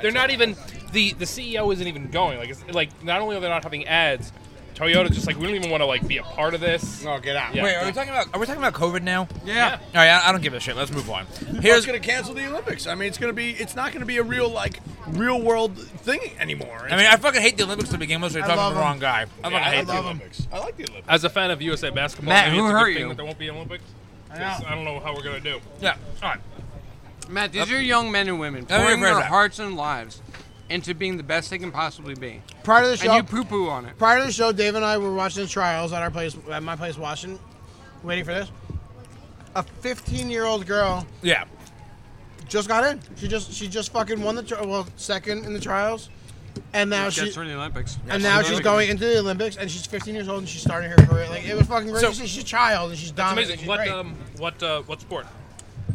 They're not even the the CEO isn't even going. Like it's, like not only are they not having ads, Toyota's just like we don't even want to like be a part of this.
No, Oh, get out.
Yeah.
Wait, are we talking about are we talking about COVID now? All
yeah.
right, I, I don't give a shit. Let's move on.
Here's
Here's
going to cancel the Olympics. I mean, it's going to be. It's not going to be a real like real world thing anymore.
I mean, I fucking hate the Olympics to begin with. So you're
I
talking
love
to the
'em.
wrong guy. I fucking
Yeah, I
hate
I
the
love
love 'em.
Olympics. I like the Olympics.
As a fan of USA basketball,
Matt,
maybe
who
it's a good
hurt
thing
you?
that there won't be Olympics.
I know.
'cause I don't know how we're gonna do.
Yeah. All right.
Matt, these are young men and women
Let me
pouring
rephrase
their
that.
hearts and lives into being the best they can possibly be.
Prior to the
And
show,
you poo poo on it.
prior to the show, Dave and I were watching the trials at our place, at my place, watching, waiting for this. A 15-year-old girl
Yeah.
just got in. She just she just fucking won the tri- well second in the trials, and now
Gets
she
her in the Olympics.
and now she's going into the Olympics and she's 15 years old and she's starting her career. Like it was fucking great.
So-
she's, she's a child and she's
It's
dominant.
amazing.
She's
What
great.
um what uh, what sport?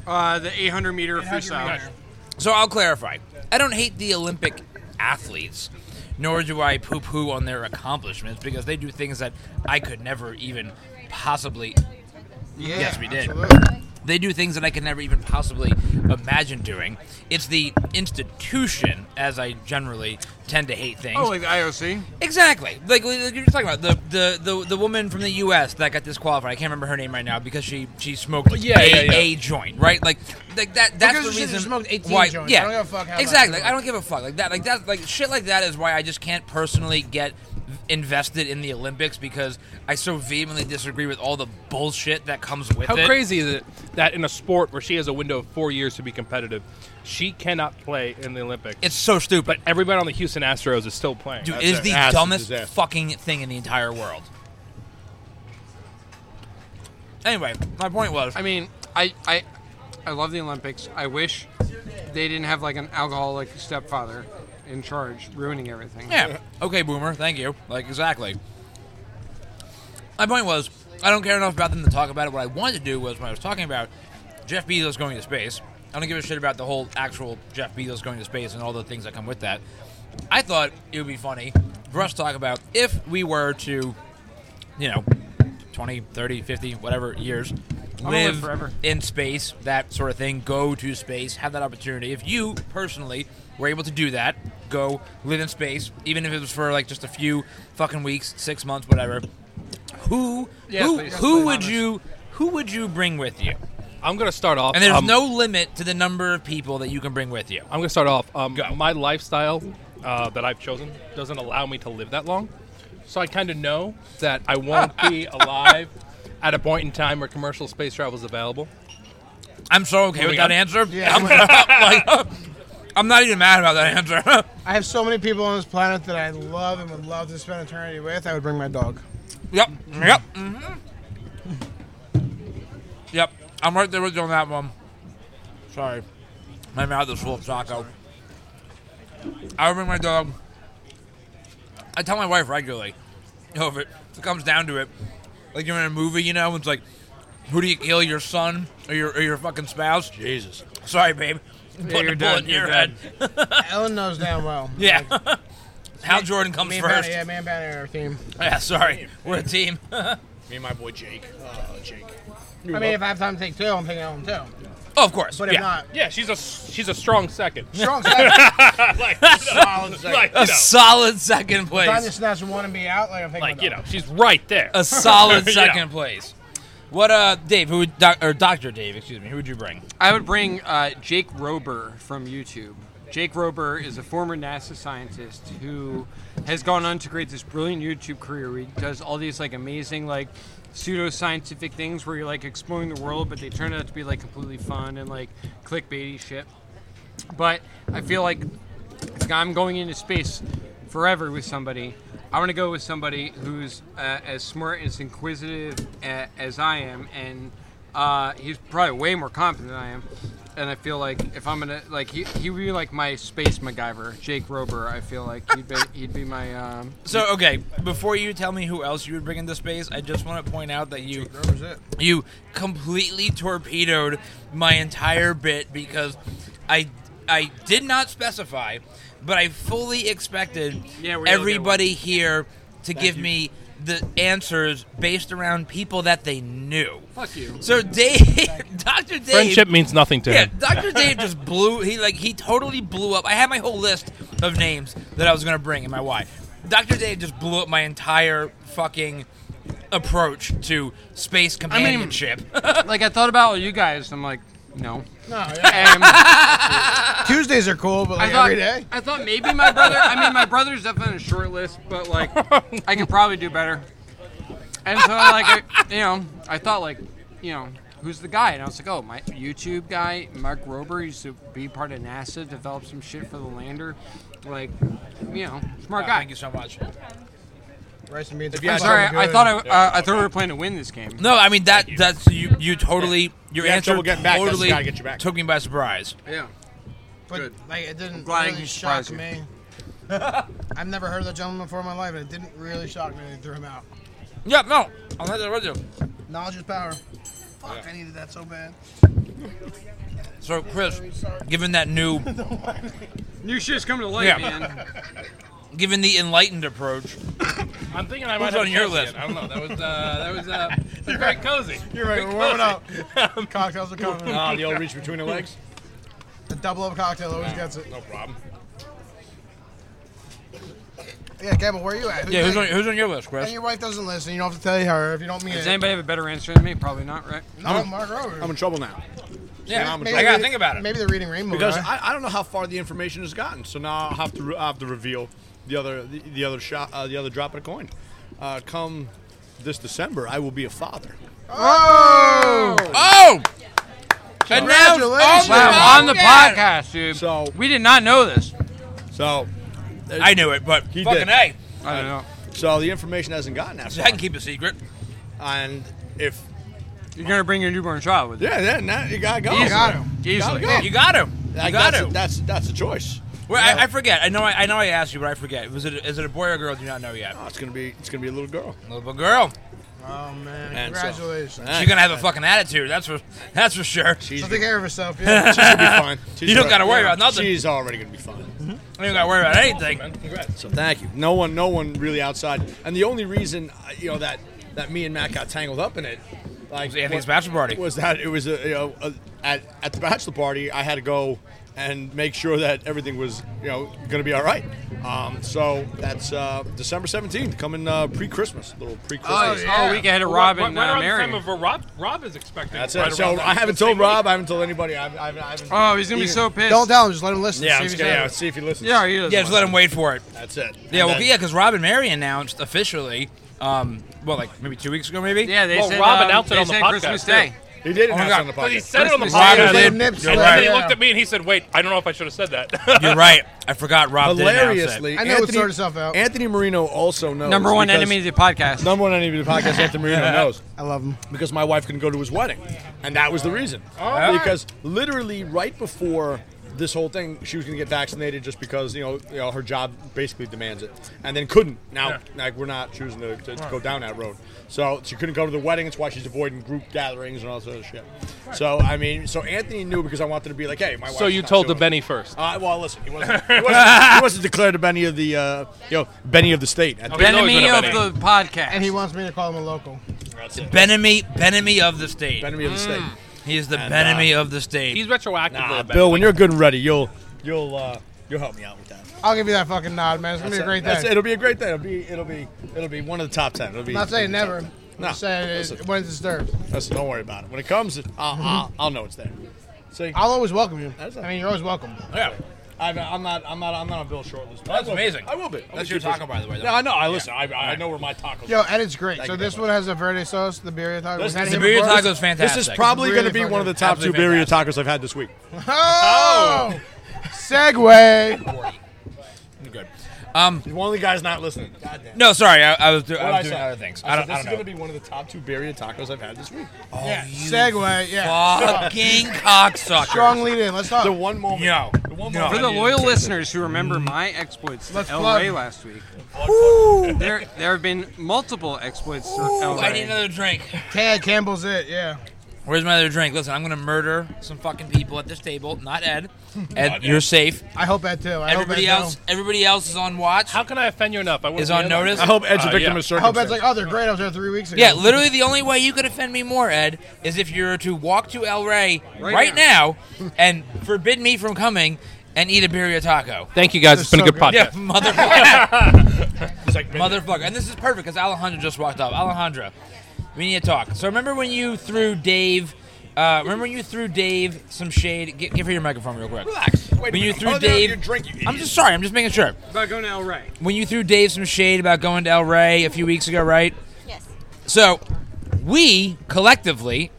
Uh, the 800 meter
How'd you
freestyle.
read it?
So I'll clarify. I don't hate the Olympic athletes, nor do I poo poo on their accomplishments because they do things that I could never even possibly.
Yeah,
Yes, we did.
absolutely.
They do things that I could never even possibly imagine doing. It's the institution, as I generally tend to hate things.
Oh, like the IOC.
Exactly. Like, like you're talking about the, the, the, the woman from the U.S. that got disqualified. I can't remember her name right now because she she smoked
yeah,
a,
yeah, yeah.
a joint, right? Like, like that. That's
Because
the
she
reason
smoked 18
why.
joints.
Yeah.
I don't give a fuck how much
exactly.
she
Like, I don't give a fuck. Like that. Like that. Like shit. Like that is why I just can't personally get invested in the Olympics because I so vehemently disagree with all the bullshit that comes with
How
it.
crazy is it that in a sport where she has a window of four years to be competitive, she cannot play in the Olympics,
It's so stupid.
but everybody on the Houston Astros is still playing.
Dude, it
That's
is
an
the
absolute
dumbest
disaster.
fucking thing in the entire world. Anyway, my point was.
I mean, I, I, I love the Olympics. I wish they didn't have like an alcoholic stepfather in charge, ruining everything.
Yeah. Okay, boomer. Thank you. Like exactly. My point was, I don't care enough about them to talk about it. What I wanted to do was when I was talking about Jeff Bezos going to space. I don't give a shit about the whole actual Jeff Bezos going to space and all the things that come with that. I thought it would be funny for us to talk about if we were to, you know, 20, 30, 50, whatever years
gonna live
live
forever.
in space, that sort of thing, go to space, have that opportunity. If you personally were able to do that, go live in space, even if it was for like just a few fucking weeks, six months, whatever. Who
Yeah,
who,
please,
who
please.
would you who would you bring with you?
I'm gonna start off.
And there's
um,
no limit to the number of people that you can bring with you.
I'm gonna start off. Um,
Go.
My lifestyle uh, that I've chosen doesn't allow me to live that long, so I kind of know that I won't be alive at a point in time where commercial space travel is available.
I'm so okay with
Moving
that
on.
answer.
Yeah.
I'm, like, I'm not even mad about that answer.
I have so many people on this planet that I love and would love to spend eternity with. I would bring my dog.
Yep. Yep. hmm Yep. I'm right there with you on that one. Sorry. My mouth is full of taco. I would bring my dog. I tell my wife regularly, you know, if it, if it comes down to it, like you're in a movie, you know, it's like, who do you kill, your son or your, or your fucking spouse?
Jesus.
Sorry, babe. Put
you're
a bullet
done,
in
you're
your
done.
head.
Ellen knows damn well.
Yeah. Hal Jordan comes
Man,
first.
Bounty, yeah, man, bounty are our theme.
Yeah, sorry. We're a team.
Me and my boy Jake. Oh, Jake.
I mean, if I have time to take two, I'm taking Ellen too.
Oh, of course.
But if
yeah.
not,
Yeah, she's a she's a strong second.
strong second.
like, solid
second.
Like,
A
you know,
solid second
Trying to
place.
snatch one and be out, like I'm taking my
like you know,
dog.
she's right there.
A solid
Yeah.
second place. What, uh, Dave? Who would doc, or Doctor Dave? Excuse me. Who would you bring?
I would bring uh, Jake Rober from YouTube. Jake Rober is a former NASA scientist who has gone on to create this brilliant YouTube career. Where he does all these like amazing like pseudoscientific things where you're like exploring the world, but they turn out to be like completely fun and like clickbaity shit. But I feel like if I'm going into space forever with somebody, I want to go with somebody who's uh, as smart and as inquisitive a- as I am, and uh, he's probably way more competent than I am. And I feel like if I'm gonna like he, he would be like my space MacGyver, Jake Rober. I feel like he'd be he'd be my um,
So okay, before you tell me who else you would bring into space, I just want to point out that you
That was it.
you completely torpedoed my entire bit because I I did not specify, but I fully expected
Yeah, we're gonna get
everybody here to give me the answers based around people that they knew.
fuck you.
So Dave, Doctor Dave,
Friendship means nothing to
Yeah,
him.
Dr. Dave just blew. He like he totally blew up. I had my whole list of names that I was gonna bring and my why. Dr. Dave just blew up my entire fucking approach to space companionship.
like I thought about all you guys. I'm like no.
No, yeah.
And
Tuesdays are cool, but
I
like
thought
every day.
I thought maybe my brother. I mean, my brother's definitely on a short list, but like I could probably do better. And so like I, you know, I thought like you know who's the guy, and I was like, oh, my YouTube guy, Mark Rober, used to be part of NASA, developed some shit for the lander, like you know, smart guy.
Thank you so much.
Rice and beans. are
I'm
fucking
sorry, I
good.
thought I, uh, I thought we were playing to win this game.
No, I mean that. That's you. You totally. Your
You have
answer
trouble getting back, that's
totally
gotta get you back.
took me by surprise.
Yeah.
But
Good.
like it didn't
glad I
really
didn't
shock
surprise you.
me. I've never heard of that gentleman before in my life, and it didn't really shock me. They threw him out.
Yeah, no, I'm not there with you.
Knowledge is power. Fuck, I needed that so bad.
So Chris, given that new,
New shit's coming to light,
Yeah.
man.
given the enlightened approach,
I'm thinking I might
Who's
have
on
a
your
chance
list?
yet. I don't know. That was uh, that was uh, that's very cozy.
You're right. We're warming up. Cocktails are coming.
Ah, the old reach between the legs.
The double up cocktail always gets it.
No problem.
Yeah, Gabby, where are you at? Who
yeah,
you
who's on,
think-
who's on your list,
And
Chris?
your wife doesn't listen. You don't have to tell her if you don't mean
Does
it.
anybody have a better answer than me? Probably not, right?
No, Mark Rober.
I'm in trouble now.
Yeah,
I'm-
I gotta think about it.
Maybe they're reading Rainbow.
Because
right?
I, I don't know how far the information has gotten, so now I'll have to, re- I'll have to reveal the other the, the other shot uh, the other drop of the coin. Uh, come this December, I will be a father.
oh,
Oh! And now- oh
Congratulations.
my
Wow, on the
God.
podcast, dude.
So-
we did not know this.
So
I knew it, but
He
fucking
did.
A.
I don't know.
so the information hasn't gotten that
So I
far.
can keep a secret.
And if
You're gonna bring your newborn child with you.
yeah, then that, you gotta go.
Easily.
got him.
Easily.
Gotta go.
You got to. You
Like,
got
that's, a,
to.
that's that's a choice.
Well, I, I forget. I know. I, I know. I asked you, but I forget. Was it? Is it a boy or a girl? Do not know yet.
Oh, it's gonna be it's gonna be a little girl.
Little girl.
Oh man,
And so-
congratulations.
She's gonna have a fucking attitude. That's for. That's for sure.
She's,
So
gonna
take
be
care of herself. Yeah.
fine. She's
You don't
gonna-
gotta worry about nothing.
She's already gonna be fine.
You don't gotta worry about anything.
Man, congrats.
So thank you. No one, no one really outside. And the only reason uh, you know that that me and Matt got tangled up in it Like
was Anthony's
what-
bachelor party.
Was that it was a, you know a, at at the bachelor party I had to go and make sure that everything was you know going to be all right. Um, so that's uh, December seventeenth, coming uh, pre Christmas, little pre
Oh,
Christmas.
yeah. oh, we can head to Rob and
right
uh,
around the
Mary.
time of a Rob, Rob is expecting.
That's
right
it. So
around
I
that-
haven't
the same
told Rob.
week.
I haven't told anybody. I haven't, I haven't, I haven't,
Oh, he's gonna be so pissed.
Don't tell him. Just let him listen.
yeah,
See
I'm
if
just
he's
gonna, yeah,
out.
see if he listens.
Yeah, he doesn't
Yeah, just let
want
him wait for it.
that's it.
Yeah,
And
well,
then-
yeah, because Rob and Mary announced officially, um, well, like maybe two weeks ago, maybe.
it. Yeah, they
Well,
said
Rob
um,
announced it
they
on the
said
podcast,
Christmas
too.
Day.
he did announce
God,
on the
But he
podcast.
said it on the
Christmas Day.
podcast.
Yeah,
And
Nips,
then
right.
he
Yeah.
looked at me and he said, "Wait, I don't know if I should have said that."
You're right. I forgot Rob did announce it.
Hilariously,
I know it
Anthony,
sorted itself out.
Anthony Marino also knows
Number one
because-
enemy of the podcast.
Number one enemy of the podcast. Anthony Marino knows.
I love him.
because my wife couldn't go to his wedding, and that was the reason. Because literally right before this whole thing, she was going to get vaccinated just because you know, you know her job basically demands it, and then couldn't. Now, like we're not choosing to, to, go down that road, so she couldn't go to the wedding. That's why she's avoiding group gatherings and all this other shit. So I mean, so Anthony knew because I wanted to be like, hey, my wife.
so you told the Benny first.
Uh, well, listen, he wasn't, he wasn't, he wasn't declared a Benny of the uh, you know, Benny of the state.
Oh,
At the-
Okay. He's always
Enemy
been a
of
Benny.
the podcast.
And he wants me to call him a local.
That's it.
Benemy, Benemy of the state.
Benny of the state.
He is the
And,
Benemy of the state.
He's retroactively.
Nah,
a Benny.
Bill, when you're good and ready, you'll you'll uh, you'll help me out with that.
I'll give you that fucking nod, man. It's gonna be a great
That's-
day.
It'll be a great day. It'll be it'll be it'll be one of the top ten. It'll be.
I'm not saying
it'll be
never.
top
I'm
No,
just saying it-
listen.
when it's disturbed.
ten. Listen, don't worry about it. When it comes, I'll, I'll, I'll know it's there. See,
I'll always welcome you.
That's a-
I mean, you're always welcome.
yeah. I, I'm not. I'm not. I'm not on Bill's short list. but
That's
I will be.
amazing.
I will be.
That's your taco, by the way, though.
No, I know. I listen. I, I know where my tacos.
Yo, eh,
are.
and it's great.
Thank
so
you
this
very
one
much.
has a very sauce. The birria taco. Was
Listen,
that
the
here
birria
before?
taco is
This
fantastic.
is probably
Really
going to be one of the
fucking-
top two
absolutely
birria tacos I've had this week.
Oh, segue.
Good.
um.
The only guy's not listening. Goddamn.
No, sorry, I, I was, do, I
What'd
was doing
say?
other things.
I
I,
said,
don't,
This
I
is
don't know.
going to be one of the top two birria tacos I've had this week.
Yeah, segue. Yeah.
Fucking cocksucker.
Strong lead in. Let's talk.
The one moment.
No,
The one
no.
moment
For
I
the
needed-
loyal listeners who remember my exploits
Let's
to LA
plug.
last week, there there have been multiple exploits to
Ooh,
LA.
I need another drink.
Tad Campbell's it. Yeah.
Where's my other drink? Listen, I'm going to murder some fucking people at this table. Not Ed. Ed, you're safe.
I hope that too. I
Everybody
hope that
else, everybody else is on watch.
How can I offend you enough? I wouldn't
Is on
be able-
notice?
I hope Ed's a
Uh,
victim
yeah.
of
I
circumstance.
hope that's like, oh, they're great. I was there three weeks ago.
Yeah, literally the only way you could offend me more, Ed, is if you were to walk to El Rey right,
Right
now. and forbid me from coming and eat a birria taco.
Thank you guys.
This
It's been a
is so
good
good.
podcast.
Yeah, motherfucker.
It's like midnight.
motherfucker. And this is perfect because Alejandra just walked up. Alejandra, we need to talk. So remember when you threw Dave. Uh, remember when you threw Dave some shade? Gi- give her your microphone real quick.
Relax. Wait a
When you
minute.
threw
Oh, they're-
Dave,
you're drinking, you
I'm
idiot.
just sorry. I'm just making sure.
About going to El Rey.
When you threw Dave some shade about going to El Rey a few weeks ago, right?
Yes.
So we collectively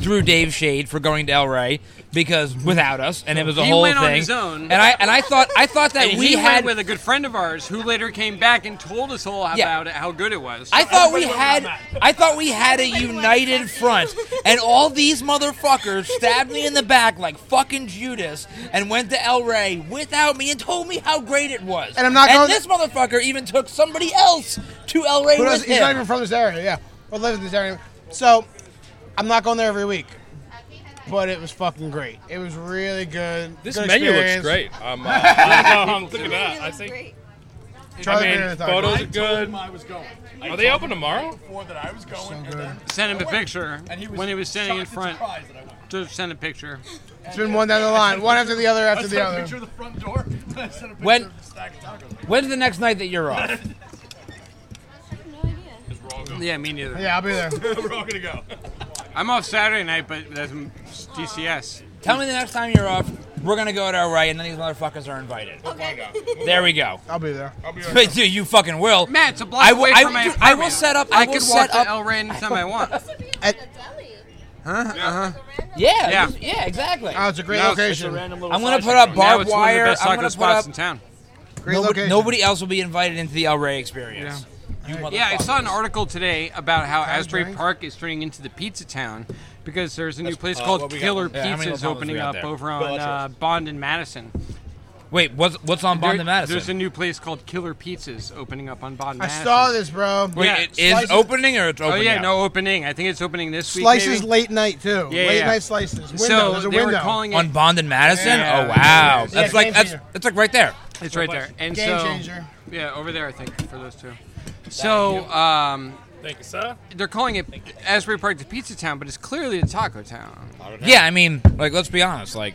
threw Dave shade for going to El Rey because without us, and it was a
He
whole
went on
thing.
his own.
And I and I thought I thought that
And
we
he
had
went with a good friend of ours who later came back and told us all about
Yeah.
it, how good it was.
I thought we had I thought we had a united front and all these motherfuckers stabbed me in the back like fucking Judas and went to El Rey without me and told me how great it was.
And I'm not
And
going-
this motherfucker even took somebody else to El Rey
Who
with
does, he's not
him.
even from this area. Yeah, or lives in this area. So, I'm not going there every week, but it was fucking great. It was really good.
This
good
menu looks
experience.
great. I'm, uh, I'm, look at that. I
That's
think.
great.
Try the
I
banana
mean,
taco.
photos are
I told him
good.
I was going. I
Are they open tomorrow?
before that I was going. and
good.
then-
Sent him a
I went.
picture
And
when he was standing in
shocked and
front.
surprised that I went.
To send a picture.
It's been one down the line, one after the other
I
after
sent
the
a
other.
picture of the front door. and I sent a picture
When-
of the stack of tacos.
When's the next night that you're off?
I have no idea.
Yeah, me neither.
Yeah, I'll be there.
We're all gonna go.
I'm off Saturday night, but that's DCS.
Tell me the next time you're off, we're gonna go to El Rey and then these motherfuckers are invited.
Okay.
There we go.
I'll be there.
Oh.
But dude, you fucking will.
Matt, it's a block
I will-
away
I-
from my
dude,
apartment.
I will set up- I
could
will
walk
set
to
up-
El Rey anytime I want.
This would be like
At-
a deli.
Yeah,
Yeah.
this- yeah, exactly.
Oh, it's a great
No, it's
location.
I'm gonna put up
Now
barbed
it's one of the
wire.
best
I'm
taco
gonna put
spots
up.
in town.
great
Nobody,
location.
nobody else will be invited into the El Rey experience. You
Yeah, I saw an
motherfuckers.
article today about how
Kind of
Asbury
drink.
Park is turning into the pizza town because there's a new place
uh,
called
what we got?
Killer
Yeah, how many
Pizza
little
is
towns we
opening
got
up
there?
over on
that's
uh, Bond and Madison.
Wait, what's what's on Bond
There-
and Madison?
There's a new place called Killer Pizzas opening up on Bond. and
I
Madison.
saw this, bro.
Wait,
yeah,
it is
slices-
opening or it's
Oh
opening?
yeah,
up?
no opening. I think it's opening this
Slices
week.
late night too.
Yeah,
late
yeah.
night slices. Window.
so
There's a
they
window.
were calling it.
On Bond and Madison?
Yeah.
Oh wow,
Yeah,
that's
game
like that's,
changer.
that's like right there.
it's right there. And
Game
so,
changer.
Yeah, over there I think for those two. So um,
Thank you, sir.
They're calling it Asbury Park the Pizza Town, but it's clearly a taco town.
Yeah, I mean, like let's be honest, like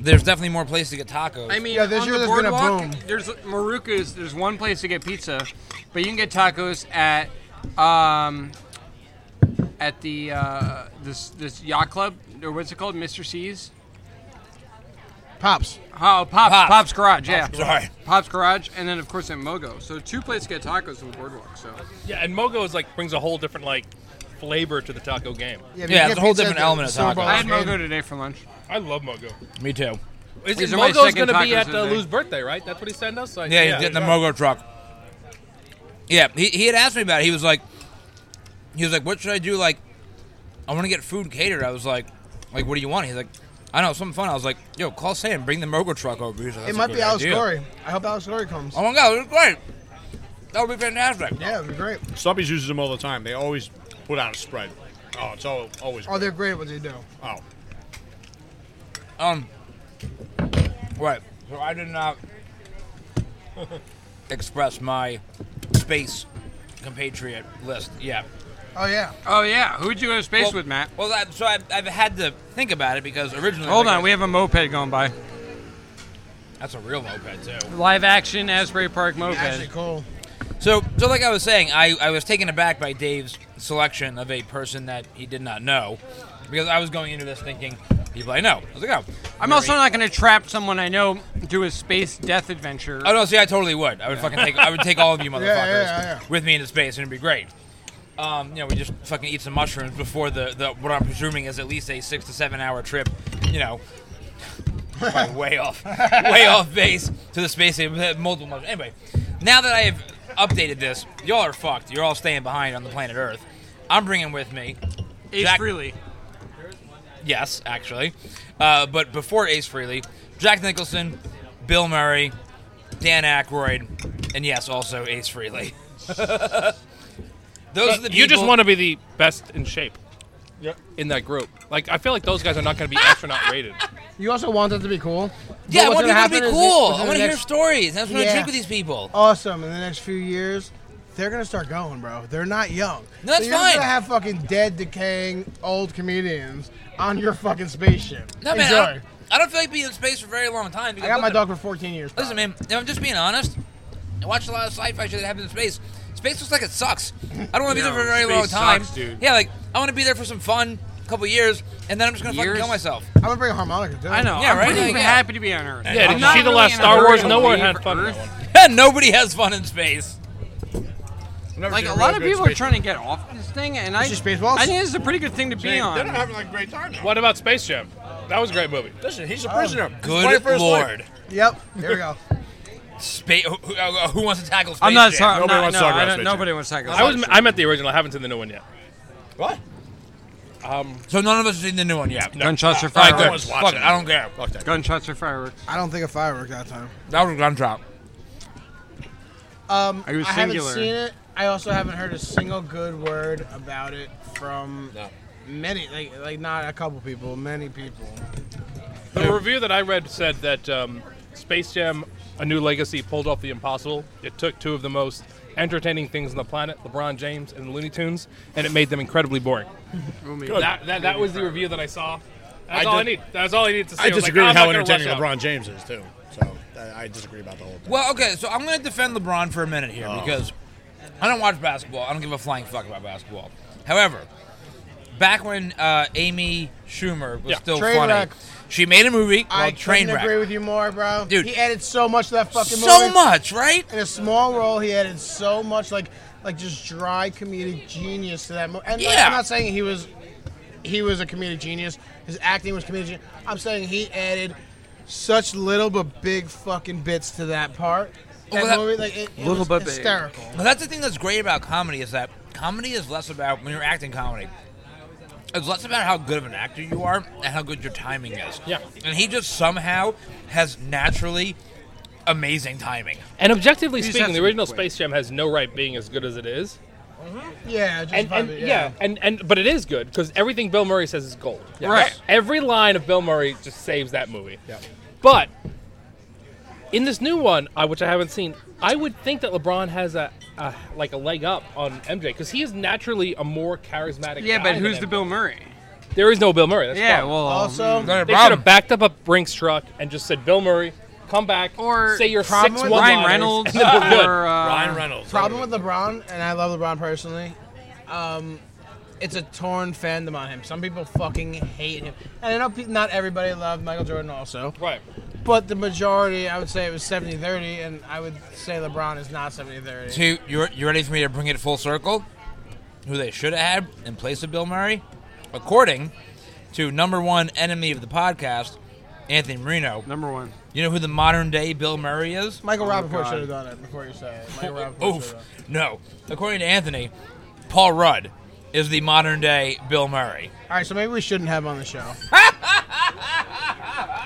there's definitely more places to get tacos.
I mean,
Yeah, this
on
year
the
there's been a
boardwalk,
boom.
There's Maruka's. There's one place to get pizza, but you can get tacos at um, at the uh, this this yacht club or what's it called, Mr. C's.
Pops.
Oh, Pops, Pops, Garage, yeah.
sorry.
Pops Garage, and then of course at Mogo. So two places to get tacos on the boardwalk. So
Yeah, and Mogo is like brings a whole different like flavor to the taco game.
Yeah,
Yeah, there's a whole different element of taco.
I had Mogo today for lunch.
I love Mogo.
me too.
Is
These
it
are my
Mogo's
second
going to be
tacos
at uh,
today.
Lou's birthday, right? That's what he sent us. Like,
Yeah, he's getting the Mogo truck. Yeah, he, he had asked me about it. He was like, he was like, what should I do? Like, I want to get food catered. I was like, like, what do you want? He's like, I don't know, something fun. I was like, yo, call Sam, bring the Mogo truck over. He's like,
It
"That's a
might be
good
Alex
idea."
Glory. I hope Alex Glory comes.
Oh my god, it was great. That would be fantastic.
Yeah, it'd be great.
Stubby's uses them all the time. They always put out a spread. Oh, it's all, always.
Oh, they're great at what they do.
Oh,
Um, right. So I did not express my space compatriot list yet.
Oh yeah.
Oh yeah, who would you go to space with, Matt?
Well, that, so I've, I've had to think about it because originally.
Hold
like,
on, we have a moped going by.
That's a real moped too.
Live action Asbury Park
Actually,
moped.
cool.
So, so like I was saying, I, I was taken aback by Dave's selection of a person that he did not know, because I was going into this thinking people I know. I was like, oh,
I'm also not going to trap someone I know to a space death adventure.
Oh no, see, I totally would. I would fucking take. I would take all of you motherfuckers
yeah, yeah.
with me into space, and it'd be great. Um, you know, we just fucking eat some mushrooms before the, the what I'm presuming is at least a six to seven hour trip. You know, probably way off, way off base to the space station. We had Multiple mushrooms. Anyway, now that I have updated this, y'all are fucked. You're all staying behind on the planet Earth. I'm bringing with me
Ace
Jack-
Frehley.
Yes, actually. Uh, but before Ace Frehley, Jack Nicholson, Bill Murray, Dan Aykroyd, and yes, also Ace Frehley. Those are the
Uh, you just
people-
want to be the best in shape
yeah.
in that group. Like, I feel like those guys are not going to be astronaut rated.
You also want that to be cool.
Yeah, I
But
want people to
what's gonna
be
happen is
cool.
within
I
the
want to hear
next-
stories. That's what I
Yeah.
drink with these people.
Awesome. In the next few years, they're gonna start going, bro. They're not young.
No, that's
so you're just
fine.
gonna have fucking dead, decaying old comedians on your fucking spaceship.
No, man, I
Enjoy.
don't, I don't feel like being in space for a very long time.
I,
because
got my
listen-
dog for 14 years.
Listen, man, if I'm just being honest, I watched a lot of sci-fi shit that happens in space. Space looks like it sucks. I don't want to be there
No,
for a very
space
long time.
sucks, dude.
Yeah, like I want to be there for some fun, couple years, and then I'm just gonna
Years?
fucking kill myself.
I'm gonna bring a harmonica too.
I know.
Yeah,
I'm
right?
pretty
Yeah, yeah.
happy to be on Earth.
Yeah,
I'm
did you
not
see the
really
last
in a
Star
hurry
Wars?
to
No one
leave
had fun in that
Earth.
one.
Nobody has fun in space.
Like a lot of people are trying to get off this thing, and I,
just Spaceballs?
I think this is a pretty good thing to be
They're
on.
having like a great time. Now.
What about Space Jam? That was a great movie.
Listen, he's a prisoner. He's fighting
Good
for his life.
lord.
Yep. Here we go.
Space. Who, who- uh, who wants to tackle space?
I'm not
Jam?
sorry.
Nobody
Nobody,
wants
no,
to talk
I
about
don't,
Space
nobody wants to talk about
I was.
Space Jam.
I'm at the original. I haven't seen the new one yet.
What?
So none of us have seen the new one yet.
Gunshots or
All right,
No
good.
fireworks.
one's
Fuck
watching.
it. I don't care.
Fuck that.
Gunshots or fireworks.
I don't think a firework that time.
That was a gunshot.
Um,
Are you
I haven't
singular?
seen it. I also haven't heard a single good word about it from many, like, like not a couple people, many people.
The review that I read said that um, Space Jam: A New Legacy pulled off the impossible. It took two of the most entertaining things on the planet, LeBron James and the Looney Tunes, and it made them incredibly boring. That, that, that was the review that I saw. That's
I
all I
did-
need. That's all I need to say.
I
was like,
disagree
I'm
with
not
how
gonna
entertaining
rush out.
LeBron James is too. So I- I disagree about the whole thing.
Well, okay. So I'm going to defend LeBron for a minute here
Oh.
because I don't watch basketball. I don't give a flying fuck about basketball. However, back when uh, Amy Schumer was
Yeah.
still
Trainwreck.
funny, she made a movie
I
called
couldn't
Trainwreck.
agree with you more, bro.
Dude.
he added so much to that fucking
so
movie.
much, right?
In a small role, he added so much, like, like just dry comedic genius to that movie. And like,
Yeah.
I'm not saying he was, he was a comedic genius. His acting was comedic. genius. I'm saying he added such little but big fucking bits to that part. That
Well, that-
movie, like, it, it
Little
was
but big.
hysterical.
Well, that's the thing that's great about comedy is that comedy is less about when you're acting comedy. It's less about how good of an actor you are and how good your timing is.
Yeah.
And he just somehow has naturally amazing timing.
And objectively
just
speaking,
have
the
to be
original
quick.
Space Jam has no right being as good as it is.
Yeah,
And,
just
and
probably,
yeah. and and but it is good because everything Bill Murray says is gold.
Right.
Every line of Bill Murray just saves that movie. But in this new one, I, which I haven't seen, I would think that LeBron has a
uh, like a leg up on MJ because he is naturally a more charismatic.
Yeah,
guy
but
than
who's the
MJ.
Bill Murray?
There is no Bill Murray. That's
Yeah,
fine.
well, mm,
Not
Also,
a
they should
problem.
have backed up a Brinks truck and just said Bill Murray, come back,
Or
say your
problem
six
with
one
Ryan Reynolds
and then we're good.
or uh,
Ryan Reynolds.
problem with LeBron, and I love LeBron personally. Um, it's a torn fandom on him. Some people fucking hate him, and I know pe- not everybody loved Michael Jordan also,
Right.
but the majority, I would say, it was 70-30, and I would say LeBron is not 70-30.
Two, you you ready for me to bring it full circle? Who they should have had in place of Bill Murray, according to number one enemy of the podcast, Anthony Marino.
number one.
You know who the modern day Bill Murray is?
Michael
Oh,
Rappaport
God.
should have done it before you say it. Michael Rappaport
Oof.
should have done
No. According to Anthony, Paul Rudd is the modern day Bill Murray.
it. All right, so maybe we shouldn't have him on the show.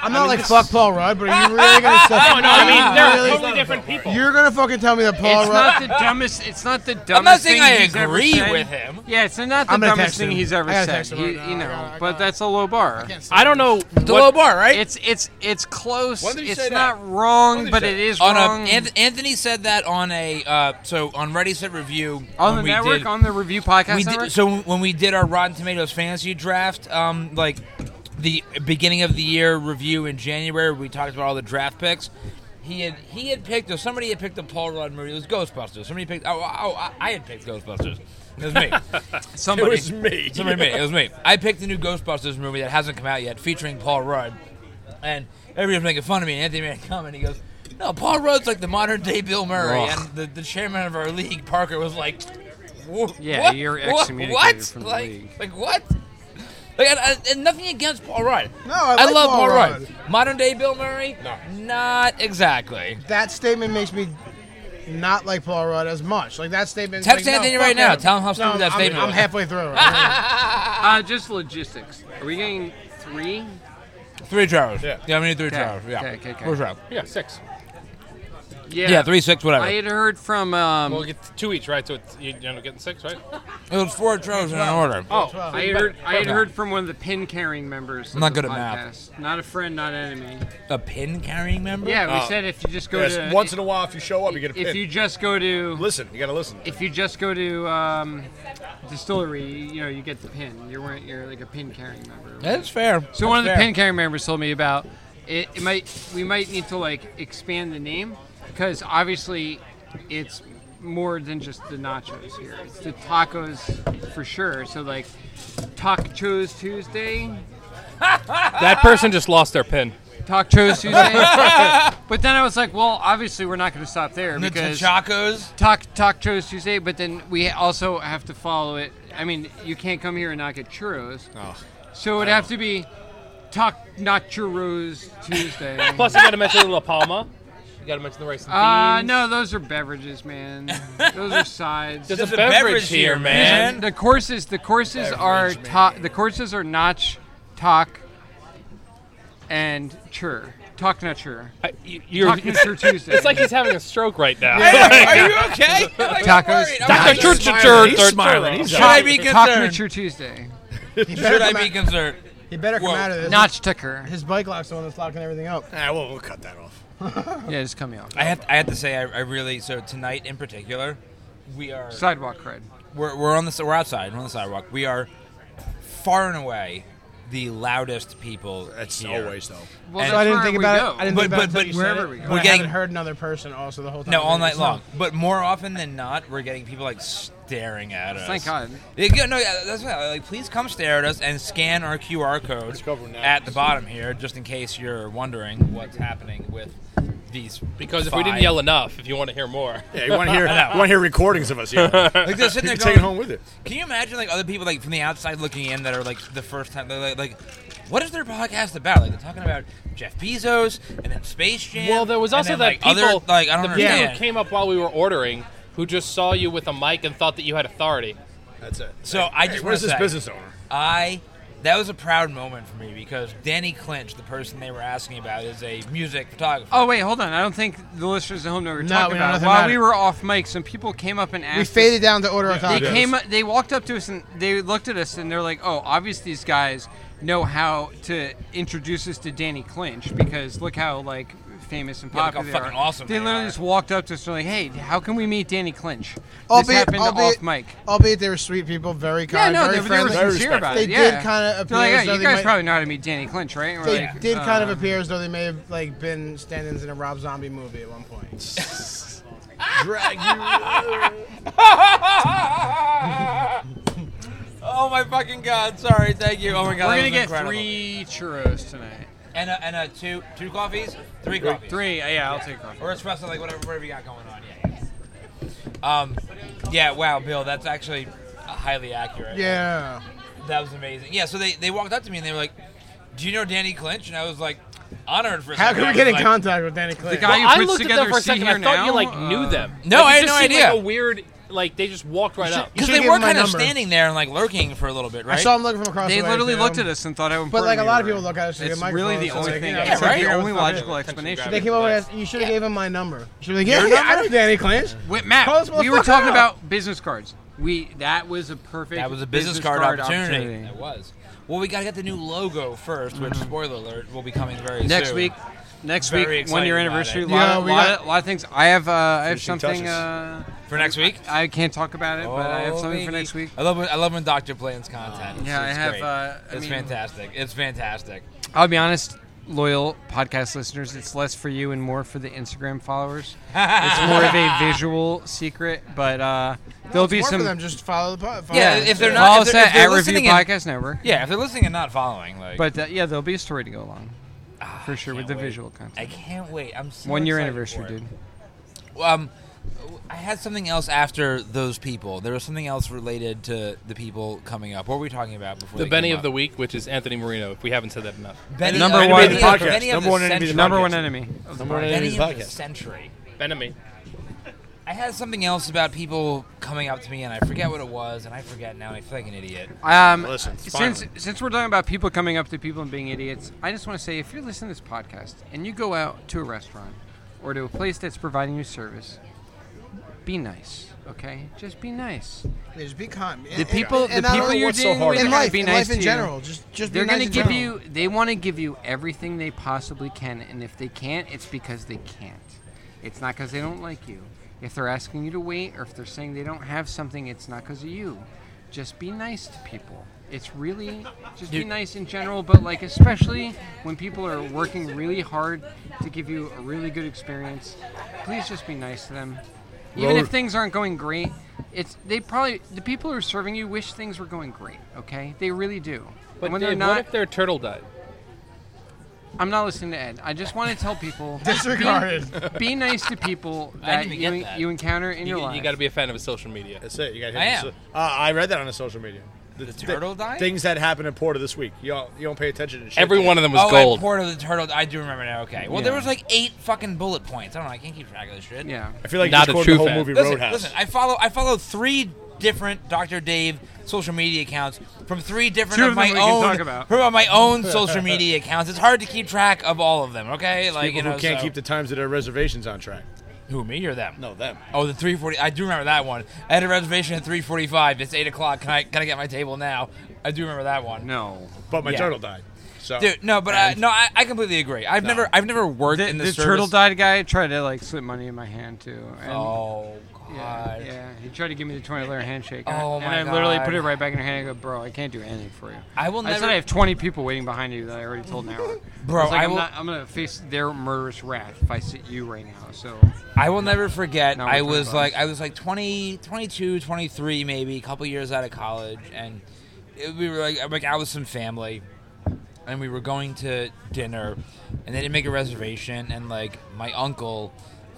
I'm not like fuck Paul Rudd, but are you really gonna? say-
No, no, I mean they're
Really?
totally different people.
You're gonna fucking tell me that Paul
It's
Rudd?
not the dumbest. It's not the dumbest.
I'm not saying
thing
I
he's ever
agree
said.
with him.
Yeah, it's not the
I'm gonna
dumbest
text
thing
him.
he's
I
ever
gotta
said.
text him
He-
right now.
you
I
know,
gotta- I
but
gotta-
that's a low bar.
I don't know.
It's a low bar, right?
It's it's it's close.
When did he
It's
say
not
that? When
wrong,
did he
but
say
it
that?
is
on
wrong.
a, Anth- Anthony said that on a uh, so on Ready Set Review
on the
when we
network,
did-
on the review podcast
we
network.
did, so when we did our Rotten Tomatoes fantasy draft, um, like the beginning of the year review in January, we talked about all the draft picks. He had he had picked or somebody had picked a Paul Rudd movie. It was Ghostbusters. Somebody picked. Oh, oh I, I had picked Ghostbusters. It was me.
It
Somebody. Uh,
was me.
Somebody me. It was me. I picked the new Ghostbusters movie that hasn't come out yet, featuring Paul Rudd, and everybody's making fun of me. And Anthony made a comment. He goes. No, Paul Rudd's like the modern day Bill Murray,
Ugh.
and the, the chairman of our league, Parker, was like, "Wha-
Yeah,
what?
you're
Wha-
excommunicated
what?
from the
like,
league.
Like what? Like, and, and- and nothing against Paul Rudd.
No, I like
love
Paul
Paul Rudd.
Rudd.
Modern day Bill Murray?
No.
Not exactly.
that statement makes me not like Paul Rudd as much. Like that statement.
Text
like, no,
Anthony
fuck
right now.
him.
Tell him how stupid
no,
that
I'm,
statement
I'm
was.
halfway through. it.
Uh, just logistics. Are we getting three?
Three hours.
Yeah.
yeah, we need three
Okay.
hours. Yeah,
Okay, okay, okay.
Four hours.
Yeah, six.
Yeah.
Yeah. three, six, whatever.
I had heard from. Um,
We'll get two each, right? So it's, you end up getting six, right?
it was four hours in an order.
Oh,
Twelve.
I had heard, I had heard from one of the pin carrying members. of
I'm not
the
good at math.
podcast. Not a friend, not enemy.
A pin carrying member?
Yeah, we
Oh.
said if you just go
Yes,
to
once in a while, if you show up, you get a
if
pin.
you just go to
listen, you gotta listen.
if you just go to um, distillery, you, you know you get the pin. You're one- you're like a pin carrying member.
That's fair.
So one of the pin carrying members told me about it, it might we might need to like expand the name because obviously it's more than just the nachos here. It's the tacos for sure. So like tacos Tuesday,
That person just lost their pin.
tacos Tuesday. but then I was like, well, obviously we're not going to stop there
The
because
Tachacos?
talk talk churros Tuesday, but then we also have to follow it. I mean, you can't come here and not get churros. So it'd have to be talk not churros Tuesday.
Plus, you got to mention La Palma. You got to mention the rice and
uh,
beans.
no, those are beverages, man. Those are sides.
There's,
There's
a, beverage, here, man.
the courses the courses are ta- the courses are notch, talk, and chur. Talk not chur.
I- you- you're-
Talk not chur Tuesday.
it's like he's having a stroke right now.
Are you okay? Like, I'm
Tacos.
worried. I'm
Tacos.
like,
Chur-
should
chur- chur-
He's
chur-
smiling. He's
chur-
I be
talk not
concerned?
chur Tuesday.
He better
Should
come
I be
out-
concerned?
He better come
Whoa.
out of this.
Notch tucker.
His bike lock's the one that's locking everything up.
Ah, we'll, we'll cut that off.
Yeah, just coming out.
I have I have to say I, I really so tonight in particular, we are
Sidewalk cred.
we're, we're on the s- we're outside we're on the sidewalk. We are far and away the loudest people.
That's
here.
always though.
Well,
And-
So I didn't think about it. I didn't
But-
think about
but-
it until
but
you said
wherever
it,
we go.
but
We're
I
getting-
haven't heard another person also the whole time.
No, all night long. But more often than not, we're getting people like staring at us.
Thank God.
Yeah, yeah, no, yeah, that's why. Like, please come stare at us and scan our QR code
covering that.
at the bottom here, just in case you're wondering what's happening with these.
Because if we didn't
five-
yell enough, if you want to hear more,
Yeah, you want to hear you want to hear recordings of us here.
like they're sitting there
you can take it
going,
home with it.
Can you imagine like other people like from the outside looking in that are like the first time they're like, like what is their podcast about? Like they're talking about Jeff Bezos and then Space Jam.
Well, there was
and
also
then,
that
like,
people,
other like I don't
the people
understand.
who came up while we were ordering, who just saw you with a mic and thought that you had authority.
That's it.
So I just want
where's
to
this
say,
business owner?
I that was a proud moment for me because Danny Clinch, the person they were asking about, is a music photographer.
Oh wait, hold on. I don't think the listeners at home know what we're
No,
talking
we know
about.
nothing
While
about
we
it.
were off mic, some people came up and asked.
We
us-
faded down to order our
They
tacos.
came. up- They walked up to us and they looked at us and they're like, "Oh, obvious these guys know how to introduce us to Danny Clinch because look how like famous and
Yeah, look how
popular they are.
fucking awesome
they,
they
literally
are.
just walked up to us and were like, "Hey, how can we meet Danny Clinch?" this
albeit,
happened
albeit,
off mic.
albeit they were sweet people, very
Yeah,
kind,
no,
very
they, they were
friendly.
Very
sincere about
respectful.
it.
They
yeah.
did
They're
kinda
like,
appear as
yeah,
though
you
they
guys
might-
probably know how to meet Danny Clinch, right? And we're
They
like,
did kind of
um,
appear as though they may have like been stand-ins in a Rob Zombie movie at one point.
Drag you.
Oh my fucking god! Sorry, thank you. Oh my god, that
We're gonna
was
get
incredible.
three churros tonight.
and a, and a two two coffees, three coffees,
Three, uh, yeah, I'll take one.
or espresso, like whatever whatever you got going on. Yeah, yeah. Um, yeah. Wow, Bill, that's actually highly accurate.
yeah.
That was amazing. Yeah, so they, they walked up to me and they were like, "Do you know Danny Clinch?" And I was like, honored for. a
How
second.
can
I
we
was
get in
like-
contact with Danny Clay?
The guy
I
who puts
looked at
together
them for a
See
second.
Here
I thought
now,
you like knew
uh,
them.
No,
Like,
I
it
had
just
no
seemed
idea.
Like a weird, like they just walked right up.
Because
should've
they
given
were
my
kind of
number.
standing there and like lurking for a little bit, right?
I saw him looking from across.
They
the way,
literally
too.
looked at us and thought I would.
But, like, a lot of people look at us through
It's
their
really the
microphones,
only
so, like,
thing.
you know,
it's
yeah,
like
right?
the only
What the fuck?
logical explanation.
They came over and asked, "You should have gave him my number." She was like, "Yeah,
Your
yeah I know Danny Clinch."
Wait,
Call this
Matt, we were
motherfucker
talking
out.
about business cards. We that was a perfect.
that was a business, card, opportunity. That was. Well, we gotta get the new logo first, which spoiler alert will be coming very
Mm-hmm. Next
soon.
week, next
Very
week,
excited
one year
about
anniversary.
it.
lot,
Yeah,
of,
we
lot,
got-
of- lot of things. I have. Uh, I have
Finishing
something.
touches.
Uh,
for next week.
I can't talk about it, but I have
Oh,
something for
baby.
next week.
I love when I love when Doctor plans content. It's-
Yeah, I
it's
have,
great.
uh, I
it's
mean-
fantastic. It's fantastic.
I'll be honest, loyal podcast listeners, it's less for you and more for the Instagram followers. it's more of a visual secret, but uh, there'll be
More
some.
for them, just follow the pod. follow
Yeah,
us.
if they're not-
follow
if
us
they're-
at,
if they're
at Review
listening and-
Podcast Network.
Yeah, if they're listening and not following, like,
But uh, yeah, there'll be a story to go along for sure with
Ah, can't
the
wait.
visual content.
I can't wait. I'm so
One year
excited
anniversary,
for it.
dude.
Um, I had something else after those people. There was something else related to the people coming up. What were we talking about before?
The
they
Benny
came
of the
up?
week, which is Anthony Marino. If we haven't said that enough,
Benny,
Number
uh,
one
Benny of-
podcast.
Benny of
Number
the
one enemy of the
century.
Number
podcast.
one enemy. of the podcast.
Benny of the
podcast.
century.
Benemy.
I had something else about people coming up to me, and I forget what it was, and I forget now, and I feel like an idiot.
Um,
Listen, it's
since
finally.
since we're talking about people coming up to people and being idiots, I just want to say if you're listening to this podcast and you go out to a restaurant or to a place that's providing you service, be nice. Okay, just be nice.
Yeah, just be kind.
The people,
and
the
not
people
only-
you're
what's so
dealing
hard
with
in
gotta
life,
be
in
nice to
life in
you.
general, just just
They're
be nice
gonna
in
give
general.
you. They want to give you everything they possibly can, and if they can't, it's because they can't. It's not because they don't like you. If they're asking you to wait, or if they're saying they don't have something, it's not because of you. Just be nice to people. It's really just be nice in general, but like especially when people are working really hard to give you a really good experience, please just be nice to them. Even if
Road-
things aren't going great, it's they probably the people who are serving you wish things were going great. Okay, they really do.
But
when they're
Dave,
not,
what if their turtle died?
I'm not listening to Ed. I just want to tell people
Disregarded.
Be, be nice to people
I didn't
that
even get
you,
that.
you encounter in
You,
your life.
got to be a fan of social media.
That's it. You got hit.
I am.
with so- Uh, I read that on a social media. The,
turtle died?
Things that happened in Porta this week. You don't, you don't pay attention to shit.
Every one of them was
oh,
gold.
at Porto the Turtle. I do remember now. Okay. Well, there
Yeah.
was like eight fucking bullet points. I don't know. I can't keep track of this shit.
yeah.
I feel like
Not
you
a
just quoted
true
the whole
fan.
movie
Listen,
Roadhouse.
listen. I follow. I follow three different Dr. Dave social media accounts from three different
Two
of,
of
my
them we can
own
talk about.
from my own social media accounts. It's hard to keep track of all of them. Okay. Like
People
you know,
who can't
so-
keep the times of their reservations on track.
who me or them?
No, them.
Oh, the 340. I do remember that one. I had a reservation at 345. It's eight o'clock. Can I can I get my table now? I do remember that one.
No.
But my
Yeah.
turtle died. So
Dude, no, but I, no, I, I completely agree. I've never, I've never worked
The,
in the,
the
service-
turtle died guy tried to like slip money in my hand too. And
Oh
Yeah,
god.
yeah, he tried to give me the twenty dollar handshake.
Oh,
and
my
I literally
God.
put it right back in her hand. and go, bro, I can't do anything for you.
I will
I said
never-
I have twenty people waiting behind you that I already told an hour.
Bro,
I was like,
I
I'm,
will-
not, I'm gonna face their murderous wrath if I sit you right now. So
I will never forget.
No, we're
I
talking
was
about
like,
us.
I was like 20, 22, 23 maybe, a couple years out of college, and it, we were like, I'm like out with some family, and we were going to dinner, and they didn't make a reservation, and like my uncle,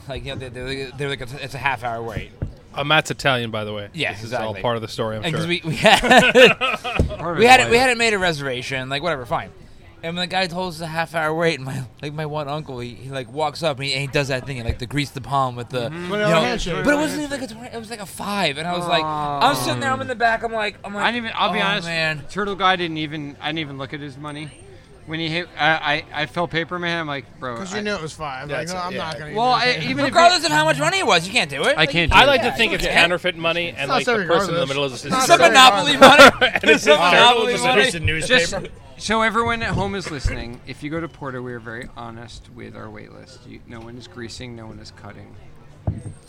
like you know, they're, they're, they're like it's a half hour wait.
Uh, Matt's Italian, by the way.
Yeah,
this is
exactly.
all part of the story. I'm
And
sure.
because we, we had
part of
we
it's
hadn't we
like-
hadn't made a reservation, like whatever, fine. And when the guy told us a half hour wait, and my like my one uncle, he, he like walks up and he, and he does that thing, and like the grease the palm with the you
Vanilla handshake.
But it wasn't even like a twenty; it was like a five. And I was like, I'm sitting there, I'm in the back, I'm like, I'm like,
I didn't even. I'll be
"Oh,
honest.
man.
Turtle guy didn't even. I didn't even look at his money. when he hit, I, I, I felt paper man. I'm like, bro,
Because
I,
you knew it was five. Like,
That's
no,
it,
I'm
yeah.
not going to.
well, I, even if
Regardless of how much money it was, you can't do it.
I can't. Do
I
it.
like to think it's counterfeit money, and
not
like
so
the person in the
regardless.
middle is
It's not
Some
so
monopoly money.
it's
Some
a
monopoly
journalism
money.
Piece of newspaper.
Just so everyone at home is listening, if you go to Porter, we are very honest with our wait list. You, no one is greasing, no one is cutting.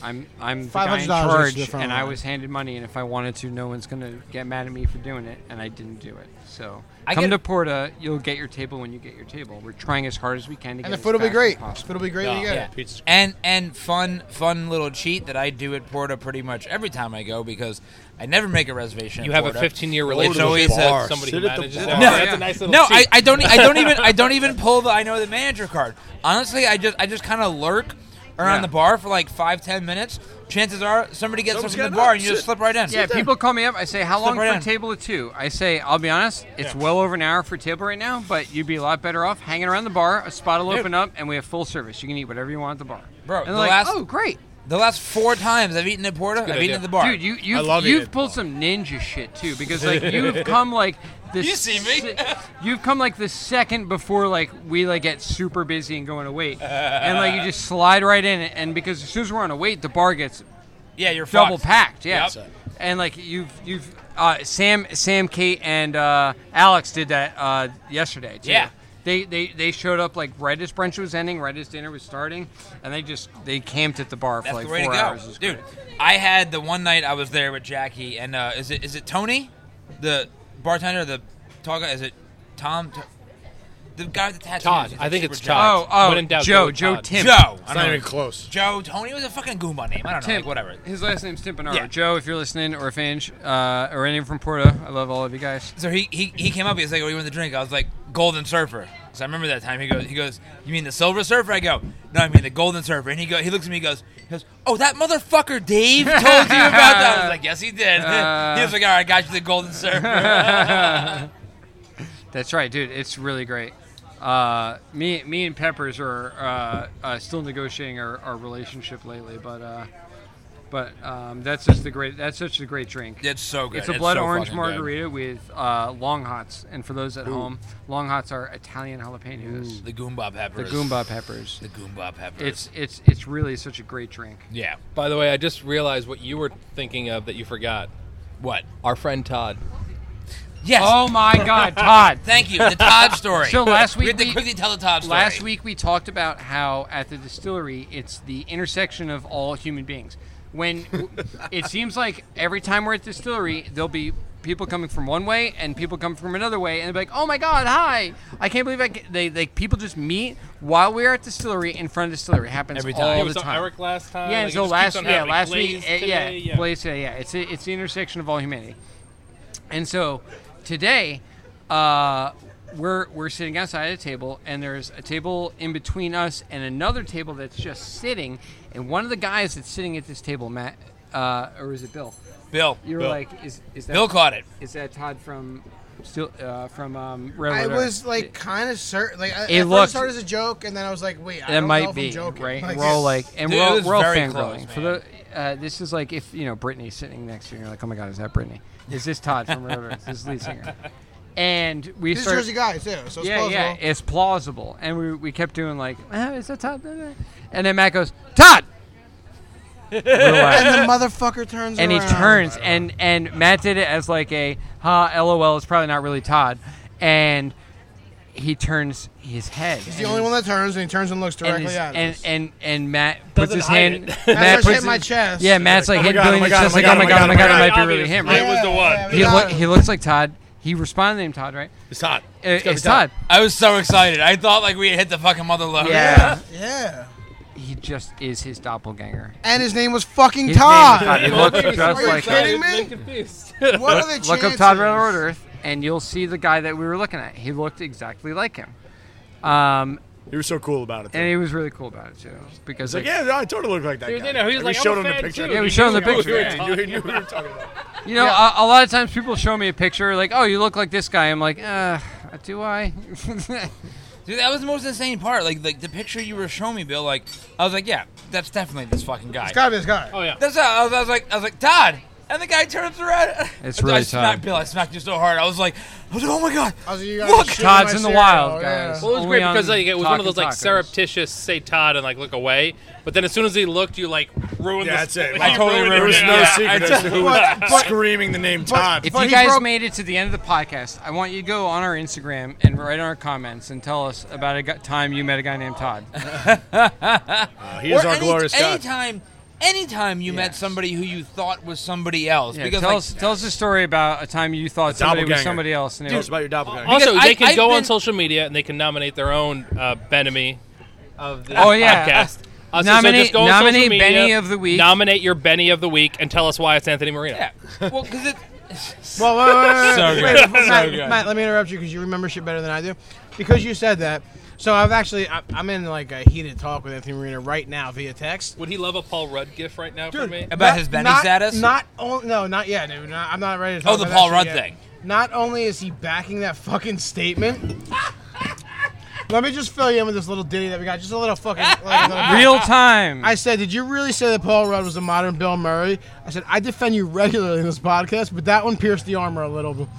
I'm I'm the guy in
$500 is
charge,
the front
and I
line.
was handed money, and if I wanted to, no one's gonna get mad at me for doing it, and I didn't do it. So
I
come
get-
to Porta, you'll get your table when you get your table. We're trying as hard as we can to get.
And the
as
food will be
fast
great.
as
The
possible.
food will be great. when you get
Yeah.
it.
Pizza's-
And and fun fun little cheat that I do at Porta pretty much every time I go because I never make a reservation.
You
at
have a
Porta.
15-year
always
relationship
a-
with somebody who
Sit at the
manages it.
bar.
Oh,
No,
that's
yeah.
a nice little
No, I,
cheat.
I don't. e, I don't even. I don't even pull the. I know the manager card. Honestly, I just. I just kind of lurk around
Yeah.
the bar for like five, ten minutes. Chances are somebody gets something from
Someone's
the
getting up.
bar and you just
Sit.
slip right in.
Yeah, people call me up. I say, "How long
right
for
in.
table at two? I say, "I'll be honest, it's well over an hour for table right now, but you'd be a lot better off hanging around the bar. A spot will open up, and we have full service. You can eat whatever you want at the bar."
Bro,
and
the
they're like,
last-
"Oh, great,
The last four times I've eaten at Porta, I've eaten
idea.
at the bar.
dude! You you
love
you've
eating at
pulled some ninja shit too, because like you've come like this.
You see me?
you've come like the second before like we like get super busy and going to wait, and like you just slide right in, and because as soon as we're on a wait, the bar gets
yeah, you're
double
fucked.
packed. Yeah,
Yep.
and like you've you've uh, Sam Sam Kate and uh, Alex did that uh, yesterday too.
Yeah.
They, they, they showed up like right as brunch was ending, right as dinner was starting, and they just they camped at the bar for
That's
like
the way
four
to go,
hours. It was
dude.
great.
I had the one night I was there with Jackie and uh, is it is it Tony, the bartender, the tall guy? Is it Tom? T- the guy with the tattoos.
Todd.
He's
I think it's
super
Todd.
Oh oh
When in doubt, go
Joe
with
Joe
Todd.
Tim
Joe. I
It's
don't
not
know.
even close.
Joe. Tony was a fucking goomba name. I don't know.
Tim
like, whatever.
His last name's Timpanaro.
Yeah.
Joe, if you're listening, or Fange, uh, or anyone from Porto, I love all of you guys.
So he, he he came up. He was like, "What do you want to drink?" I was like, "Golden Surfer." So I remember that time. He goes, he goes, "You mean the Silver Surfer?" I go, "No, I mean the Golden Surfer." And he go, he looks at me. He goes, he goes, "Oh, that motherfucker Dave told you about that." I was like, "Yes, he did." he was like, "All right, I got you the Golden Surfer."
That's right, dude. It's really great. Uh, me, me and Peppers are uh, uh, still negotiating our, our relationship lately, but uh, but um, that's just the great. That's such a great drink.
it's so good.
It's a blood
so
orange
fucking good.
margarita with uh, long hots, and for those at home, long hots are Italian jalapenos,
The Goomba
the
peppers.
Goomba peppers.
The Goomba peppers.
It's it's it's really such a great drink.
yeah.
By the way, I just realized what you were thinking of that you forgot.
What?
Our friend Todd.
Yes.
Oh my God, Todd!
Thank you. The Todd story.
So last
we
week
have to
we-
quickly tell the Todd story.
Last week we talked about how at the distillery it's the intersection of all human beings. When w- it seems like every time we're at the distillery, there'll be people coming from one way and people come from another way, and they're like, "Oh my God, hi! I can't believe I ca-" they like people just meet while we're at distillery in front of distillery. It happens
Every
all
time.
It
It
the
was on
time.
Eric last time.
yeah,
Uh, like,
and
it
so
just
last
keeps on
yeah
happening.
last
Glaze
week eh, yeah,
today,
Blaze today yeah it's it's the intersection of all humanity. And so today, uh, we're we're sitting outside a table, and there's a table in between us and another table that's just sitting. And one of the guys that's sitting at this table, Matt, uh, or is it Bill?
Bill.
You were
Bill.
like, is is that
Bill caught it.
is that Todd from still uh, from um, Railroad?
I
Earth?
was like kind of certain. Like I,
It
it at
looked-
first started as a joke, and then I was like, wait, I
that
don't know
might
if
be
I'm joking.
right.
Like,
we're all like, and
Dude,
we're, all-
it was
we're all
very
fangirling.
close,
For the uh, this is like if you know Britney's sitting next to you, and you're like, oh my god, is that Britney? Is this Todd from Road Runners? This is lead singer. And we
This is
started,
Jersey guy too, so it's
yeah,
plausible.
yeah, it's plausible. And we, we kept doing like, "Uh, is that Todd? And then Matt goes, Todd. We're like-
And the motherfucker turns
and he
around.
turns and and Matt did it as like a ha lol it's probably not really Todd and he turns his head
He's the only one that turns, and he turns and looks
and,
directly
his-
at
and
us.
and and Matt puts his hand
Matt
Matt
puts
puts
hit my chest.
yeah Matt's like
oh my
hitting
God, oh
Billy in
my
the
God, oh
chest
my
like
God,
oh my god oh my god it might be really
Obvious.
him
I
right
was the one.
we
he
got
look
him.
he looks like Todd he responded to him Todd right
It's hot.
Uh,
gotta
it's
be Todd.
Todd
I was so excited. I thought like we had hit the fucking mother load.
yeah
Oh, yeah.
he just is his doppelganger
And his name was fucking
His name is Todd.
Todd.
He looks just
Are you
like
kidding me? What are the chances?
look up Todd Railroad Earth and you'll see the guy that we were looking at he looked exactly like him um
He was so cool about it. though.
And he was really cool about it too, because
He's like,
like,
yeah, no, I totally look like that
Dude,
guy.
you know, he was
And
like,
we
I'm
showed
a
him the
fan
picture.
too.
yeah, we showed him the picture.
Yeah.
You knew what we were talking about.
You know, a, a lot of times people show me a picture like, "Oh, you look like this guy." I'm like, "Uh, do I?"
Dude, that was the most insane part. Like, like the picture you were showing me, Bill. Like, I was like, yeah, that's definitely this fucking guy.
It's gotta be this guy.
Oh yeah.
That's how I was, I was like, I was like, Todd, And the guy turns around.
It's
I
really
smacked
tough.
Bill. I smacked you so hard. I was like, I was like, oh my god.
I was like, you guys
Look,
are shooting
Todd's
my
in the
cereal,
wild,
yeah.
guys.
Well, it was
Only
great because
on
like it was one of
Talking
those like
Tacos.
surreptitious say Todd and like look away, but then as soon as he looked, you like ruined.
Yeah,
the-
that's it.
you
I
totally
ruined
ruined
There was
it.
no
Yeah,
secret
I
as to who
But-
was screaming the name Todd.
If
But
you
he
guys
broke-
made it to the end of the podcast, I want you to go on our Instagram and write on our comments and tell us about a gu- time you met a guy named Todd.
Uh, he is
or
our
any-
glorious God.
Anytime, anytime you met
Yes.
somebody who you thought was somebody else.
Yeah,
because
tell
like,
us tell us a story about a time you thought somebody was
doppelganger.
somebody else. And it
Tell
was,
us about your doppelganger.
Also,
Because
they
I-
can
I've
go
been-
on social media and they can nominate their own uh, Benemy of the
Oh, yeah.
podcast. Uh,
Nominate-
on social
nominate Benny of the week.
Nominate your Benny of the week and tell us why it's Anthony Marino.
yeah. Well, because it.
Well, wait, wait, wait, wait,
So
wait,
good.
wait,
So
Matt,
good.
Matt, let me interrupt you because you remember shit better than I do. Because you said that, so I've actually I, I'm in like a heated talk with Anthony Marino right now via text.
Would he love a Paul Rudd gif right now for me?
About
Not-
his Benny
not,
status?
Not oh, no, not yet, dude. Not- I'm not ready to talk.
Oh, the
about
Paul
that
Rudd
shit yet.
thing.
Not only is he backing that fucking statement. Let me just fill you in with this little ditty that we got. Just a little fucking. Like, a little
real time.
I said, did you really say that Paul Rudd was a modern Bill Murray? I said, I defend you regularly in this podcast, but that one pierced the armor a little.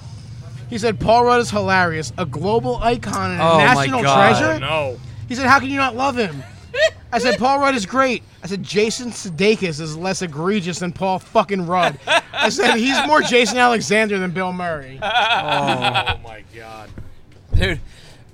He said, Paul Rudd is hilarious, a global icon and a
Oh, my
national
God.
treasure.
No.
He said, how can you not love him? I said, Paul Rudd is great. I said, Jason Sudeikis is less egregious than Paul fucking Rudd. I said, he's more Jason Alexander than Bill Murray.
Oh my God.
Dude,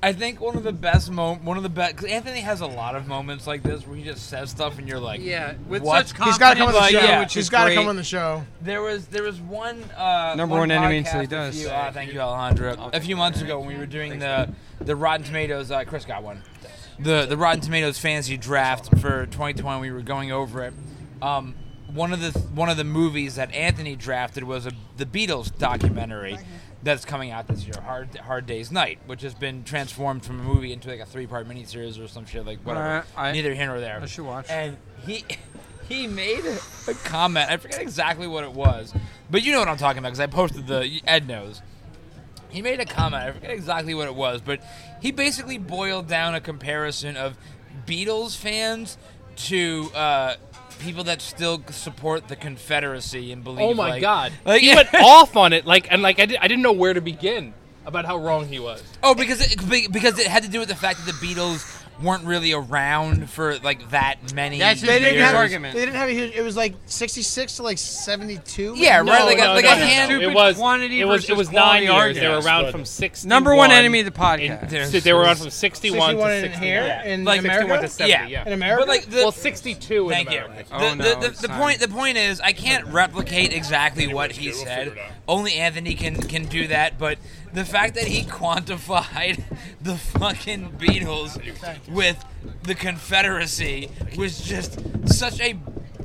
I think one of the best mo- one of the best. Cause Anthony has a lot of moments like this where he just says stuff and you're like,
yeah, with
What?
such confidence.
He's got to come on the
Like,
show.
yeah, which
He's
is
got to
great.
come on the show.
There was there was one uh,
Number one enemy until he
podcast
does.
A few, uh, thank you, Alejandro. A few months ago, when we were doing the the Rotten Tomatoes, uh, Chris got one. The the Rotten Tomatoes fantasy draft for 2020. We were going over it. Um, one of the one of the movies that Anthony drafted was a, the Beatles documentary that's coming out this year, Hard Hard Day's Night, which has been transformed from a movie into like a three part miniseries or some shit like whatever.
Uh, I-
Neither here nor there.
I should watch.
And he he made a- a comment. I forget exactly what it was, but you know what I'm talking about because I posted the Ed knows. He made a comment. I forget exactly what it was, but he basically boiled down a comparison of Beatles fans to uh, people that still support the Confederacy and believe.
Oh my
like-
God.
Like,
he went off on it like and like I, did, I didn't know where to begin about how wrong he was.
Oh, because it, be- because it had to do with the fact that the Beatles weren't really around for like that many.
That's his
They didn't,
Huge
years.
have,
argument.
they didn't have a huge. It was like 66 to like 72.
Yeah,
maybe?
right, like a- like a
no.
hand-
It was
quantity
It was
versus
it was nine years.
quality
They were
argument.
around
Yes,
from six.
Number one enemy of the podcast.
They were around from sixty-one
61
to
in
sixty.
here? In
Like
America?
61 to seventy.
Yeah.
Yeah.
In America?
But like the,
well, sixty-two.
Thank
in
you.
America.
Oh,
the,
no,
the, the,
it's
the
time.
point the point is I can't replicate exactly what he said. Only Anthony can can do that. But the fact that he quantified the fucking Beatles with the Confederacy was just such a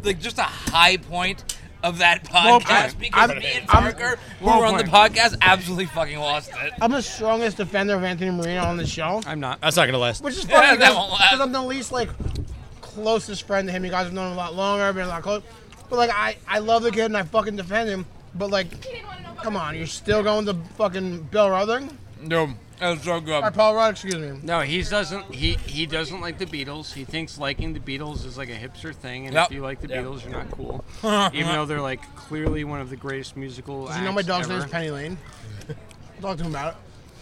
like just a high point of that podcast
point.
because
I'm-
me and
I'm-
Parker, who
low
were on the
point.
podcast, absolutely fucking lost it.
I'm the strongest defender of Anthony Marino on the show,
I'm not.
That's not gonna last.
which is
Yeah,
funny
that uh, won't
because
last.
because I'm the least like closest friend to him. You guys have known him a lot longer, been a lot close. But like I, I love the kid and I fucking defend him. But like, come on, you're still going to fucking Bill Ruthing
No, that was so good.
or Paul Rudd? Excuse me.
No, he doesn't. He he doesn't like the Beatles. He thinks liking the Beatles is like a hipster thing, and
Yep.
if you like the Beatles, you're not cool. Even though they're like clearly one of the greatest musical.
Does he know my
acts
dog's
ever.
name is Penny Lane? Talk to him about it.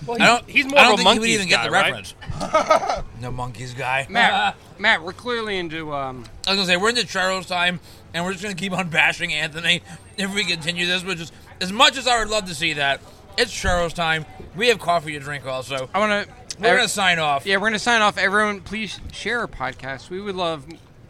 I don't,
he's more
I don't
of a
think he would
monkeys
even
guy,
get the
right?
reference. no monkeys guy.
Uh-huh.
Matt, Matt, we're clearly into um,
I was gonna say we're into Charles time, and we're just gonna keep on bashing Anthony if we continue this. Which is as much as I would love to see that. It's Charles time. We have coffee to drink. Also,
I want to.
we're gonna sign off.
yeah, we're gonna sign off. Everyone, please share our podcast. We would love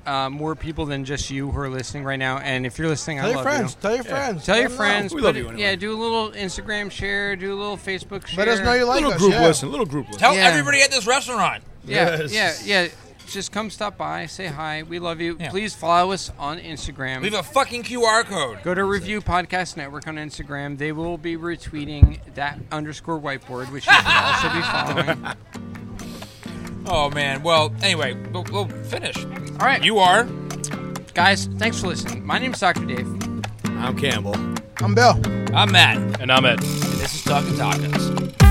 uh, more people than just you who are listening right now. And if you're listening, I
Tell your
love
friends.
you.
Tell your friends.
Tell your
them
friends.
We love
put
you
it-
anyway.
Yeah, do a little Instagram share. Do a little Facebook
know.
share.
Let us know you like
little
us.
group
yeah.
listen. Little group listen.
Tell
Yeah.
everybody at this restaurant.
Yeah,
Yes.
yeah, yeah. Just come stop by, say hi. We love you.
Yeah.
Please follow us on Instagram.
Leave a fucking QR code.
Go to Review Podcast Network on Instagram. They will be retweeting that underscore whiteboard, which you can also be following.
Oh man. Well, anyway, we'll, we'll finish.
All right,
You are.
guys, thanks for listening. My name's Dr. Dave.
I'm Campbell.
I'm Bill.
I'm Matt.
And I'm at.
And this is Talking Tacos.